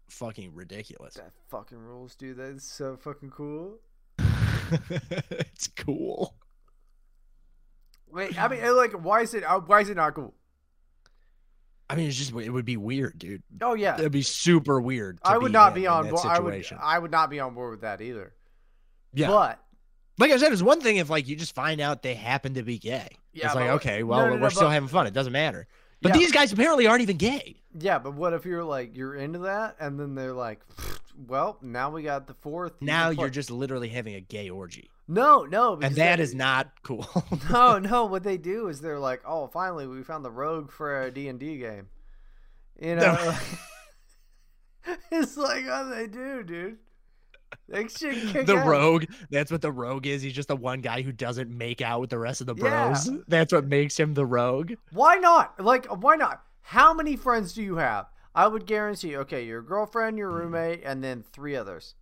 fucking ridiculous
that fucking rules, dude. That's so fucking cool.
it's cool
Wait, I mean, like, why is it uh, why is it not cool?
i mean it's just it would be weird dude
Oh yeah,
it'd be super weird to
I would not
in-
be
in
on
that
board. I would
situation.
I would not be on board with that either.
yeah
But
like I said, it's one thing if like you just find out they happen to be gay.
Yeah,
it's
but
like
what-
okay, well
no, no,
we're
no,
still
but-
having fun. It doesn't matter. But
Yeah.
these guys apparently aren't even gay.
yeah, but what if you're like you're into that, and then they're like, well, now we got the fourth. he's
Now
a
you're
pl-
just literally having a gay orgy,
no no,
and
because
that
they-
is not cool.
no no. What they do is they're like, oh, finally we found the rogue for d and D game. You know, it's like what they do, dude. They should kick
the
ass.
rogue. That's what the rogue is. He's just the one guy who doesn't make out with the rest of the
Yeah.
bros. That's what makes him the rogue.
Why not? Like, why not? How many friends do you have? I would guarantee. Okay, your girlfriend,
Mm-hmm.
your roommate, and then three others.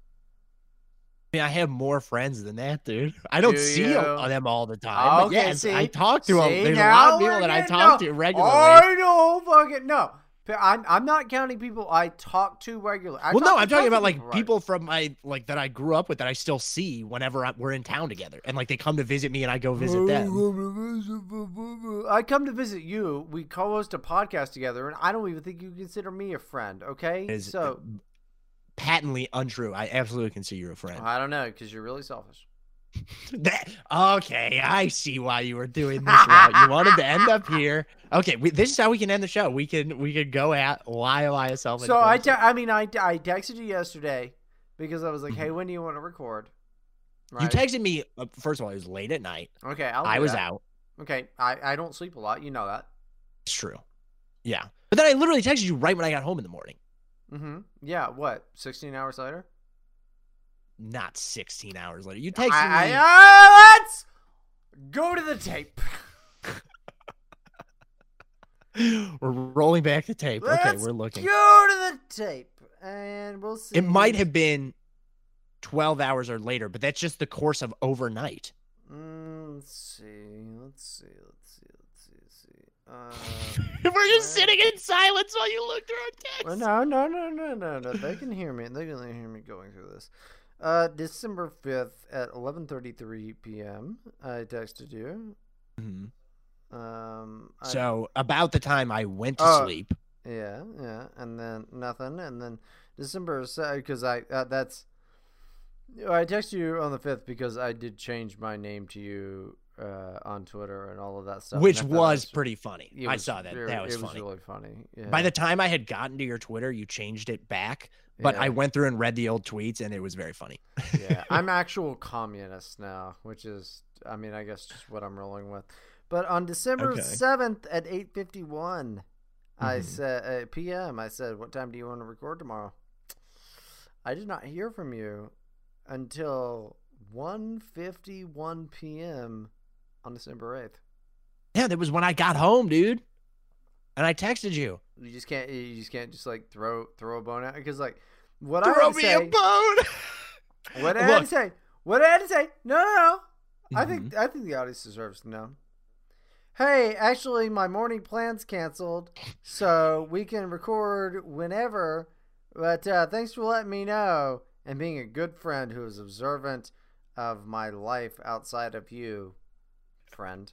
I mean, I have more friends than that, dude. I don't
Do
see
you?
a- them all the time. but
Okay,
yes, I
see?
talk to them.
See,
There's a
now
lot of people
we're
that I
getting
talk
up.
to regularly.
I don't fucking no. I'm, I'm not counting people I talk to regularly. I
well, no,
talk- I
I'm
talk
talking
to
about like
regularly.
people from my like that I grew up with that I still see whenever I, we're in town together, and like they come to visit me, and I
Oh,
go visit them.
I come to visit you. We co-host a podcast together, and I don't even think you consider me a friend. Okay,
It Is
so
patently untrue. I absolutely consider you a friend.
I don't know because you're really selfish.
That- okay, I see why you were doing this. route. You wanted to end up here. Okay, we, this is how we can end the show. We can we can go at lie lie self.
So I, te- I mean, I, I texted you yesterday because I was like,
Mhm.
hey, when do you want to record?
you Oh, texted me uh, first of all. It was late at night.
Okay, I'll
I
do
was
that.
out.
Okay, I, I don't sleep a lot. You know that.
It's true. Yeah, but then I literally texted you right when I got home in the morning.
Mm-hmm. Yeah. What? Sixteen hours later.
Not 16 hours later. You texted
I,
me.
I, ah, let's go to the tape.
We're rolling back the tape. okay,
Let's
we're looking.
Go to the tape, and we'll see.
It might have been 12 hours or later, but that's just the course of overnight.
Mm, let's see. Let's see. Let's see. Let's see. Let's see. Uh,
we're just
Right.
sitting in silence while you look through our
Well,
text.
no, no, no, no, no, no. They can hear me. They can hear me going through this. Uh, December fifth at eleven thirty three p.m. I texted you.
Mhm.
Um, I-
So, about the time I went to
Oh.
sleep,
yeah, yeah, and then nothing, and then December because I uh, that's. I texted you on the fifth because I did change my name to you uh, on Twitter and all of that stuff.
which
and I thought
was
it
pretty funny.
it
I
was
saw that.
very-
that was
it
funny.
was really funny. Yeah.
By the time I had gotten to your Twitter, you changed it back, but I
yeah,
went through and read the old tweets and it was very funny.
yeah, I'm actual communist now, which is, I mean, I guess just what I'm rolling with. But on December
Okay.
seventh at eight fifty one, I
Mhm.
said uh, p.m. I said, "What time do you want to record tomorrow?" I did not hear from you until 1.51 p.m. on December eighth.
Yeah, that was when I got home, dude. And I texted you.
You just can't, you just can't just like throw throw a bone out because like what I
Throw
had to
me
say,
a bone.
what I had to say, what I had to say, no, no, no. I
Mhm.
think I think the audience deserves to know. Hey, actually, my morning plan's canceled, so we can record whenever. But uh, thanks for letting me know and being a good friend who is observant of my life outside of you, friend.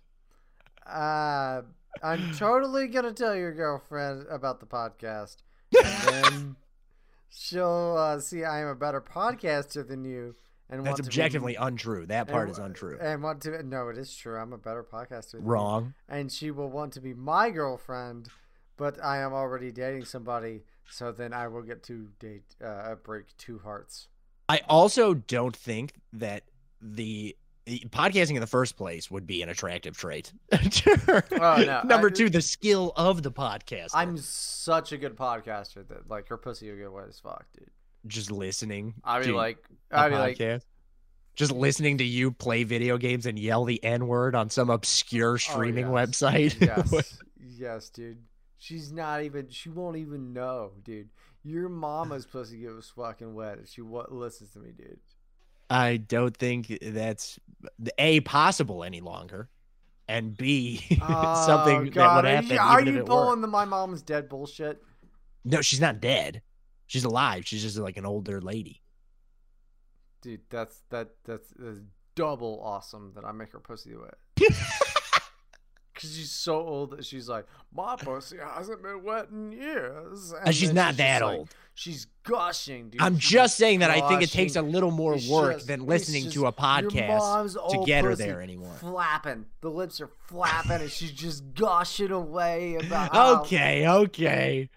Uh, I'm totally gonna tell your girlfriend about the podcast, and then she'll uh, see I am a better podcaster than you. And want
That's
to be-
objectively untrue. That
and
part is
w-
untrue.
And want to no, it is true. I'm a better podcaster. than you.
Wrong.
And she will want to be my girlfriend, but I am already dating somebody. So then I will get to date uh, break two hearts.
I also don't think that the podcasting in the first place would be an attractive trait.
no,
Number
I-
two, the skill of the podcast.
I'm such a good podcaster that like her pussy would get wet as fuck, dude.
just listening.
I'd be
to
like,
a
I'd be like,
podcast. just listening to you play video games and yell the N word on some obscure streaming
Oh, yes.
website.
yes, yes, dude. She's not even. She won't even know, dude. Your mama's pussy gets fucking wet if she what listens to me, dude.
I don't think that's a possible any longer, and b
Oh,
something that
God,
would
are
happen.
you- Are
even if
you
it were.
pulling the my mom's dead bullshit?
No, she's not dead. She's alive. She's just like an older lady.
Dude, that's that that's, that's double awesome that I make her pussy wet. Cause she's so old that she's like, my pussy hasn't been wet in years.
And she's
then
not
just
that
like-
old.
she's gushing, dude.
I'm
She's
just saying that I think it takes a
gushing.
little more
It's
work
just-
than
it's
listening to
just
a
Your
podcast.
mom's old
get her
pussy
there anymore.
Flapping, the lips are flapping, and she's just gushing away about. how-
Okay, okay.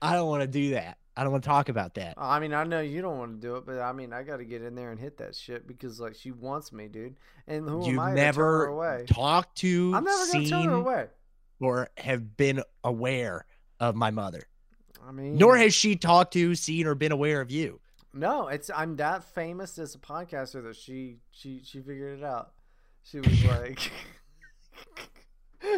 I don't want to do that. I don't want to talk about that.
I mean, I know you don't want to do it, but I mean, I got to get in there and hit that shit because, like, she wants me, dude. And who
You've
am I to turn her
never
away?
talked to,
I'm never gonna
seen,
turn her away.
or have been aware of my mother.
I mean,
Nor has she talked to, seen, or been aware of you.
no. It's I'm that famous as a podcaster that she she she figured it out. She was like.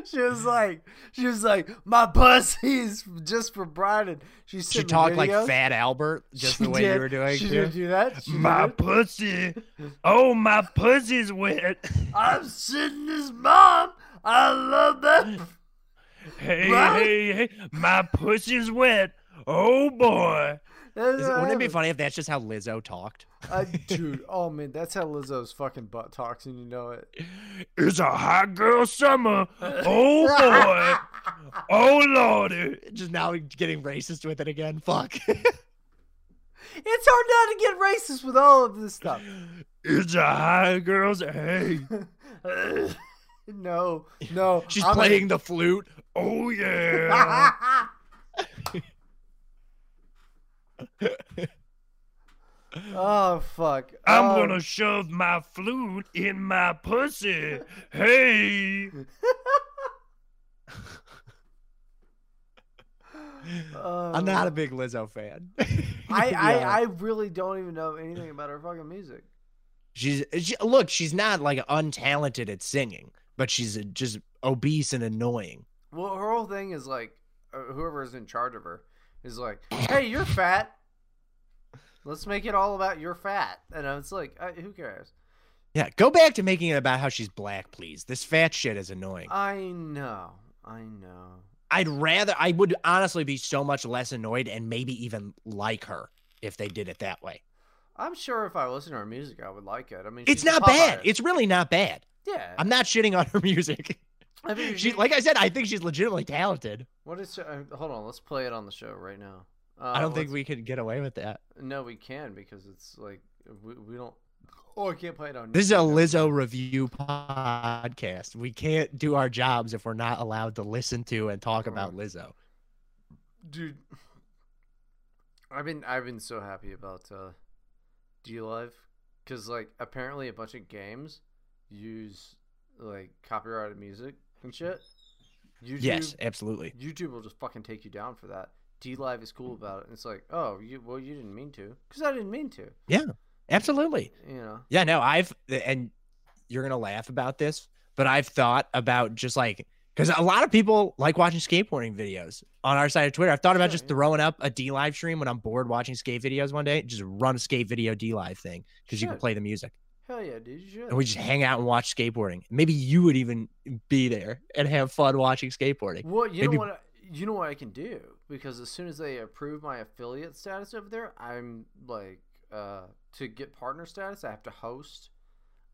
She was like, she was like, my pussy's just for Brian. She
She
sent me
talked like
videos.
Fat Albert, just
She
the way
did.
you were doing.
She
too.
did do that. She
My
did.
pussy. Oh, my pussy's wet.
I'm sitting this mom. I love that.
Hey,
What?
hey, hey. My pussy's wet. Oh, boy.
That's what
wouldn't it be
happened.
funny if that's just how Lizzo talked?
Uh, dude, oh man, that's how Lizzo's fucking butt talks, and you know it.
It's a hot girl summer. Oh, boy. oh, Lord. Just now getting racist with it again. Fuck.
It's hard not to get racist with all of this stuff.
it's a hot girl's. Hey.
no, no,
She's
I'm a-
playing the flute. Oh, yeah.
oh fuck!
I'm
Oh,
gonna shove my flute in my pussy. Hey,
oh.
I'm not a big Lizzo fan.
I, I, I really don't even know anything about her fucking music.
she's she, look, she's not like untalented at singing, but she's uh, just obese and annoying.
Well, her whole thing is like, uh, whoever's in charge of her is like, "Hey, you're fat. Let's make it all about you're fat." And I was like, I, "Who cares?"
Yeah, go back to making it about how she's black, please. This fat shit is annoying.
I know, I know.
I'd rather I would honestly be so much less annoyed and maybe even like her if they did it that way.
I'm sure if I listened to her music, I would like it. I mean,
It's
she's a
not bad.
Popeye.
It's really not bad.
yeah.
I'm not shitting on her music.
I mean,
She, like I said, I think she's legitimately talented.
what is? Uh, hold on, let's play it on the show right now. Uh,
I don't think
let's-
we could get away with that.
No, we can because it's like we, we don't. Oh, I can't play it on.
This is a
YouTube.
Lizzo review podcast. We can't do our jobs if we're not allowed to listen to and talk about Lizzo.
dude i've been i've been so happy about uh d live because like apparently a bunch of games use like copyrighted music and shit youtube
Yes, absolutely.
youtube will just fucking take you down for that d live is cool about it and it's like oh you well you didn't mean to because i didn't mean to
Absolutely.
you know
Yeah, no, I've and you're gonna laugh about this, but I've thought about just like because a lot of people like watching skateboarding videos on our side of Twitter. I've thought about
Sure,
just
yeah.
throwing up a D live stream when I'm bored watching skate videos one day. Just run a skate video D live thing because you can
Should.
play the music
hell yeah dude you should.
and we just hang out and watch skateboarding. Maybe you would even be there and have fun watching skateboarding.
well you
maybe-
know what I, you know what i can do because as soon as they approve my affiliate status over there i'm like uh to get partner status i have to host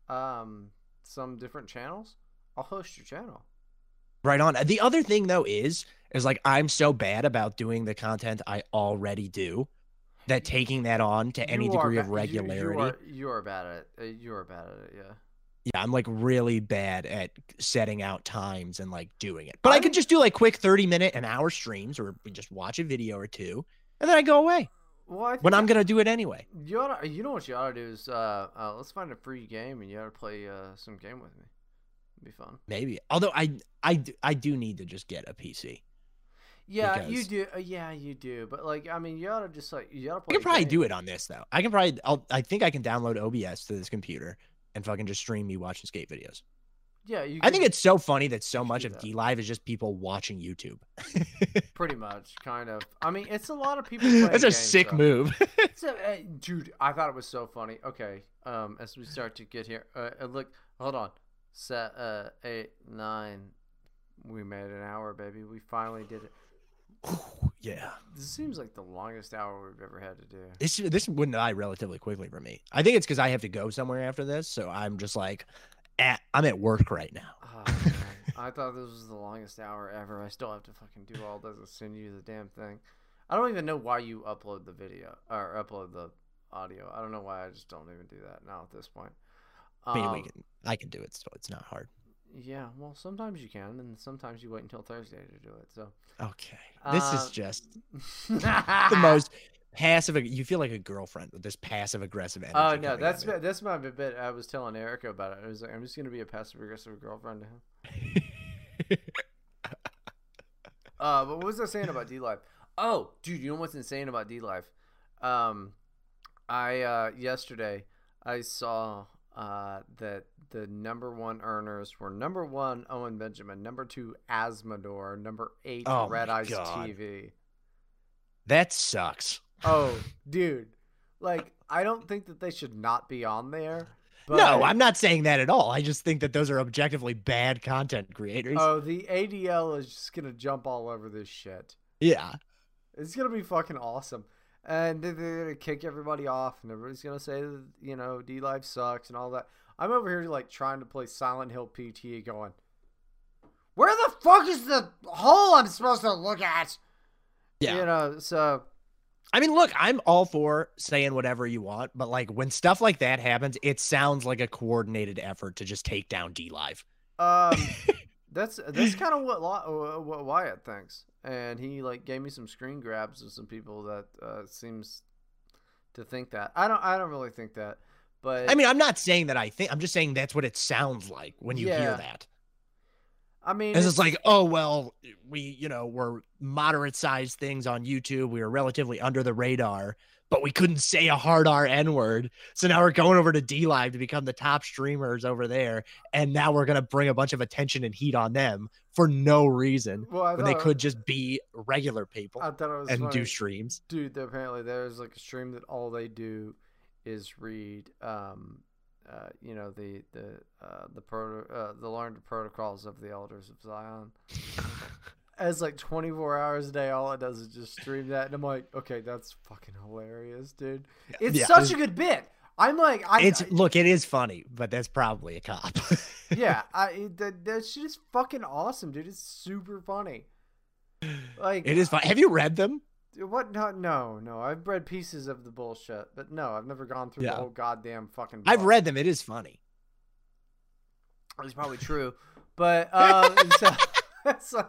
um some different channels i'll host your channel
Right on. The other thing though is is like I'm so bad about doing the content I already do that taking that on to any
You are
degree of
ba- you- you
regularity.
are- you, are bad at it Uh, you are bad at it yeah
yeah, I'm like really bad at setting out times and like doing it. But i could
I'm-
just do like quick 30 minute an hour streams or we just watch a video or two and then I go away.
Well, I think
when I'm gonna do it anyway.
you oughta, you know what you ought to do is uh, uh let's find a free game and you ought to play uh some game with me. It'd be fun.
Maybe. Although I I d- I do need to just get a PC.
Yeah, you
Because-
do. Uh, yeah, you do. But like, I mean, you ought to just like you ought to
I
play.
can probably do it on this though. I can probably. I'll, I think I can download OBS to this computer and fucking just stream me watching skate videos.
Yeah, you.
I think
could-
it's so funny that so
should
much
do
of
that.
D Live is just people watching YouTube.
pretty much kind of. I mean, it's a lot of people. playing
That's a
games,
sick
though.
move.
So, uh, dude, I thought it was so funny. Okay, um, as we start to get here, uh, uh, look, hold on, set, uh, eight, nine, we made an hour, baby. We finally did it.
yeah.
This seems like the longest hour we've ever had to do.
This this went die relatively quickly for me. I think it's because I have to go somewhere after this, so I'm just like, at, I'm at work right now.
Oh, man. I thought this was the longest hour ever. I still have to fucking do all this and send you the damn thing. I don't even know why you upload the video or upload the audio. I don't know why I just don't even do that now at this point.
I mean, we
Um,
can, I can do it. So it's not hard.
Yeah, well, sometimes you can, and sometimes you wait until Thursday to do it. So
Okay. This is
Uh,
just
the
the
ah.
most passive. You feel like a girlfriend with this passive aggressive energy.
Oh
coming
no,
at
that's
me.
that's my bit. I was telling Erica about it. I was like, I'm just gonna be a passive aggressive girlfriend to him. uh, but what was I saying about D Life? Oh, dude, you know what's insane about D Life? Um, I uh, yesterday I saw uh, that the number one earners were number one Owen Benjamin, number two Asmodor, number eight
Oh, my
Red Eyes
God.
TV.
that sucks.
Oh, dude, like I don't think that they should not be on there. But
no, I'm not saying that at all. I just think that those are objectively bad content creators.
Oh, the ADL is just gonna jump all over this shit.
yeah.
It's gonna be fucking awesome. And then they're gonna kick everybody off, and everybody's gonna say, that, you know, D Life sucks and all that. I'm over here like trying to play Silent Hill PT, going, where the fuck is the hole I'm supposed to look at?
Yeah.
You know, so
I mean, look, I'm all for saying whatever you want, but like when stuff like that happens, it sounds like a coordinated effort to just take down D Live.
um, that's that's kind of what, Lo- what Wyatt thinks, and he like gave me some screen grabs of some people that uh, seems to think that. I don't I don't really think that, but
I mean, I'm not saying that I think, I'm just saying that's what it sounds like when you
Yeah.
hear that.
I mean,
It's just like, oh, well, we, you know, were moderate sized things on YouTube. We were relatively under the radar, but we couldn't say a hard R N word. So now we're going over to D Live to become the top streamers over there. And now we're going to bring a bunch of attention and heat on them for no reason
well, I
when they
thought-
could just be regular people
I thought it was
and
funny.
do streams.
dude that apparently there's like a stream that all they do is read um uh you know the the uh the proto uh, the learned protocols of the elders of zion as like 24 hours a day all it does is just stream that and i'm like okay that's fucking hilarious dude it's
Yeah.
such a good bit i'm like i
It's look, it is funny, but that's probably a cop.
yeah i it- that, that shit is fucking awesome dude it's super funny like
it is fun. Have you read them?
What? No, no, no. I've read pieces of the bullshit, but no, I've never gone through
Yeah.
the whole goddamn fucking.
I've
book.
read them. It is funny.
It's probably true, but um, so, so,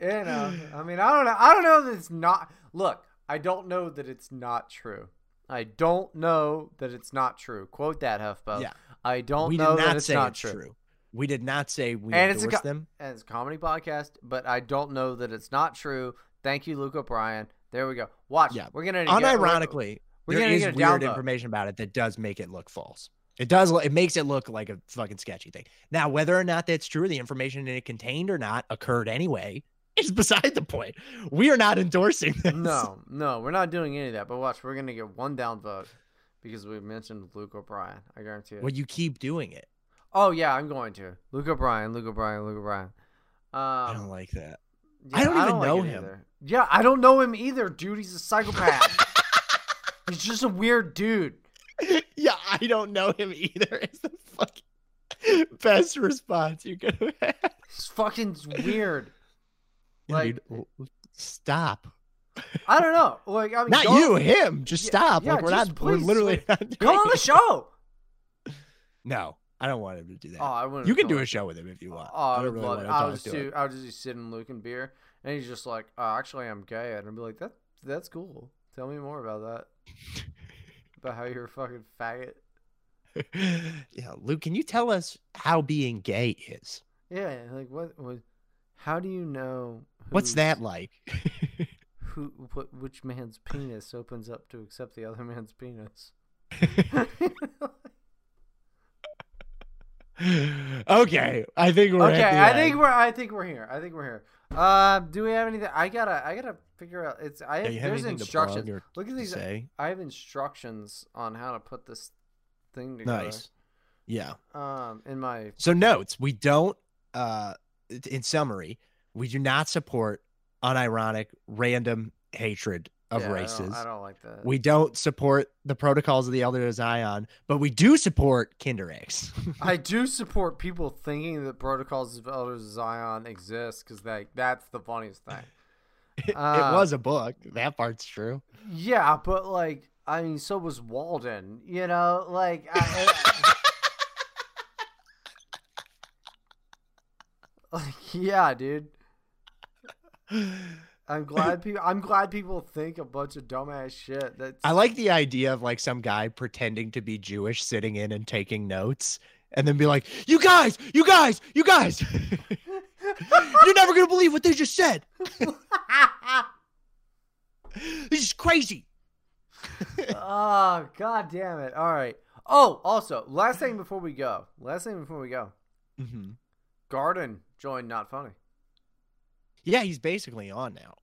you know, I mean, I don't know. I don't know that it's not. Look, I don't know that it's not true. I don't know that it's not true. Quote that, Huffbo.
Yeah.
I don't
we did
know that
not
it's
say
not
it's
true.
true. We did not say we
And it's a
endorse
co-
them.
And it's a comedy podcast, but I don't know that it's not true. Thank you, Luke O'Brien. There we go. Watch.
Yeah.
We're gonna
Unironically,
we're
there
gonna
is
get a
weird
download.
information about it that does make it look false. It does. lo- It makes it look like a fucking sketchy thing. Now, whether or not that's true, the information that it contained or not occurred anyway is beside the point. We are not endorsing this.
No, no, we're not doing any of that. But watch, we're gonna get one downvote because we mentioned Luke O'Brien. I guarantee it.
Well, you keep doing it.
oh yeah, I'm going to Luke O'Brien, Luke O'Brien, Luke O'Brien. Um,
I don't like that.
yeah,
I don't even
like
know
it
him.
either. Yeah, I don't know him either, dude. He's a psychopath. He's just a weird dude.
yeah, I don't know him either. It's the fucking best response you could have had.
He's fucking weird.
Yeah,
Like-
dude, l- l- stop.
I don't know. Like I mean,
not
go-
you, him. Just
Yeah,
stop.
yeah,
like we're
just
not. we're
please,
literally not doing
Come on the
it.
show.
No, I don't want him to do that.
Oh, I wouldn't.
you can
come
do
on.
a show with him if you want.
Oh, I would
don't really
love
wanna
it. I
talk
was
to
too. I was just sitting Luke and beer, and he's just like, uh, "Actually, I'm "Oh, gay," and I'd be like, "That That's cool. Tell me more about that. about how you're a fucking faggot.
yeah, Luke, can you tell us how being gay is?
Yeah, like what? What? How do you know?
What's
who's-
that like?
Who? What? Which man's penis opens up to accept the other man's penis?
okay, I think we're.
okay,
at the
I
end.
think we're. I think we're here. I think we're here. Uh, do we have anything? I gotta. I gotta figure out. It's. I.
Yeah, you have
there's
anything to plug
instructions.
or
Look at
to
these.
say
I have instructions on how to put this thing together.
nice. Yeah.
Um, in my
So notes: we don't. Uh, in summary, we do not support unironic, random hatred of
yeah, I don't-
races.
I don't, like that.
We don't support the protocols of the Elder Zion, but we do support Kinder Eggs.
I do support people thinking that protocols of Elder Zion exist because like that's the funniest thing.
it
Uh,
was a book. That part's true.
Yeah, but like I mean, so was Walden. You know, like I, like yeah, dude. I'm glad people. I'm glad people think a bunch of dumbass shit. That's
I like the idea of like some guy pretending to be Jewish sitting in and taking notes and then be like, "You guys, you guys, you guys. You're never going to believe what they just said. This is crazy."
oh god damn it all right oh also last thing before we go last thing before we go Mm-hmm.
Mhm.
garden joined not funny
Yeah, he's basically on now.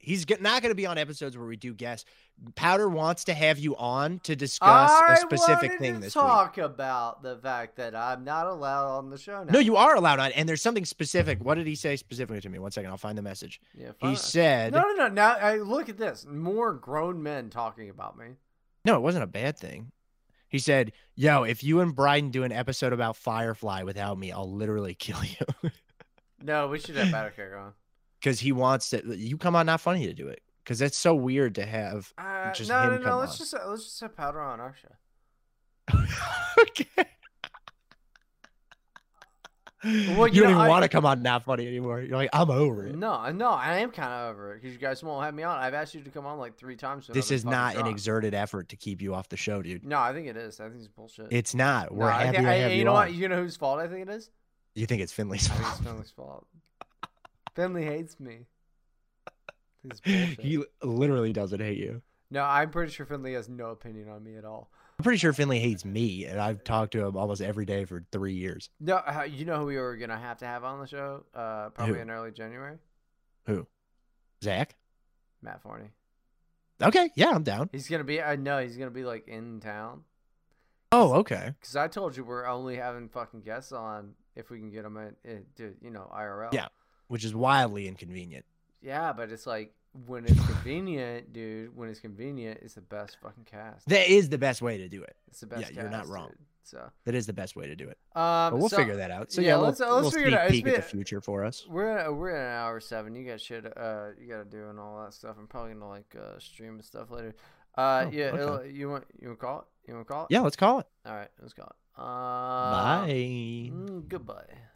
He's g- not going to be on episodes where we do guests. Powder wants to have you on to discuss a specific
wanted
thing
to talk about the fact that i'm not allowed on the show now
week. No, you are allowed on. And there's something specific. What did he say specifically to me? One second, I'll find the message.
yeah,
He
fine.
said,
no
no,
no no now I, look at this more grown men talking about me
it wasn't a bad thing. He said, yo, if you and Bryden do an episode about Firefly without me, I'll literally kill you.
no we should have Battlekick on
Because he wants to, you come on, not funny to do it. Because that's so weird to have.
uh,
Just
no
him
no no
come
let's
on.
just let's just have powder on our show
okay.
Well,
you,
you know,
don't even
I- Mm-hmm.
want to come on not funny anymore. You're like, I'm over it.
no no i am kind of over it because you guys won't have me on i've asked you to come on like three times when I've
This
been
is
fucking
not an
drunk.
exerted effort to keep you off the show, dude.
No, I think it is. I think it's bullshit.
It's not. We're
Mm-hmm. No, I
happy
think,
to
I-
have
you,
you,
know
on.
what? You know whose fault I think it is?
You think it's Finley's
I think it's
fault?
Finley's fault. Finley hates me. This is bullshit.
He li- literally doesn't hate you.
No, I'm pretty sure Finley has no opinion on me at all.
I'm pretty sure Finley hates me, and I've talked to him almost every day for three years.
No, uh, you know who we were gonna have to have on the show? Uh, probably
Who?
in early January.
Zach?
Matt Forney.
Okay, yeah, I'm down.
He's gonna be. I know he's gonna be like in town
Oh, okay.
because I told you we're only having fucking guests on if we can get them in, in to, you know IRL.
Yeah. Which is wildly inconvenient.
Yeah, but it's like when it's convenient, dude. When it's convenient, it's the best fucking cast.
That is the best way to do it.
It's the best.
Yeah, you're not
cast,
wrong.
dude. So,
That is the best way to do it.
um,
But we'll
so
figure that out. So
yeah,
yeah, we'll,
let's- uh, let's
little
figure it
sneak
out. It's
peek at the
been-
future for us.
We're at, we're at an hour seven. You got shit. Uh, you gotta do and all that stuff. I'm probably gonna like uh stream and stuff later. Uh,
Oh,
yeah.
okay.
it'll- You want you want to call it? You want to call it?
Yeah, let's call it.
All right, let's call it. Uh,
Bye.
mm, goodbye.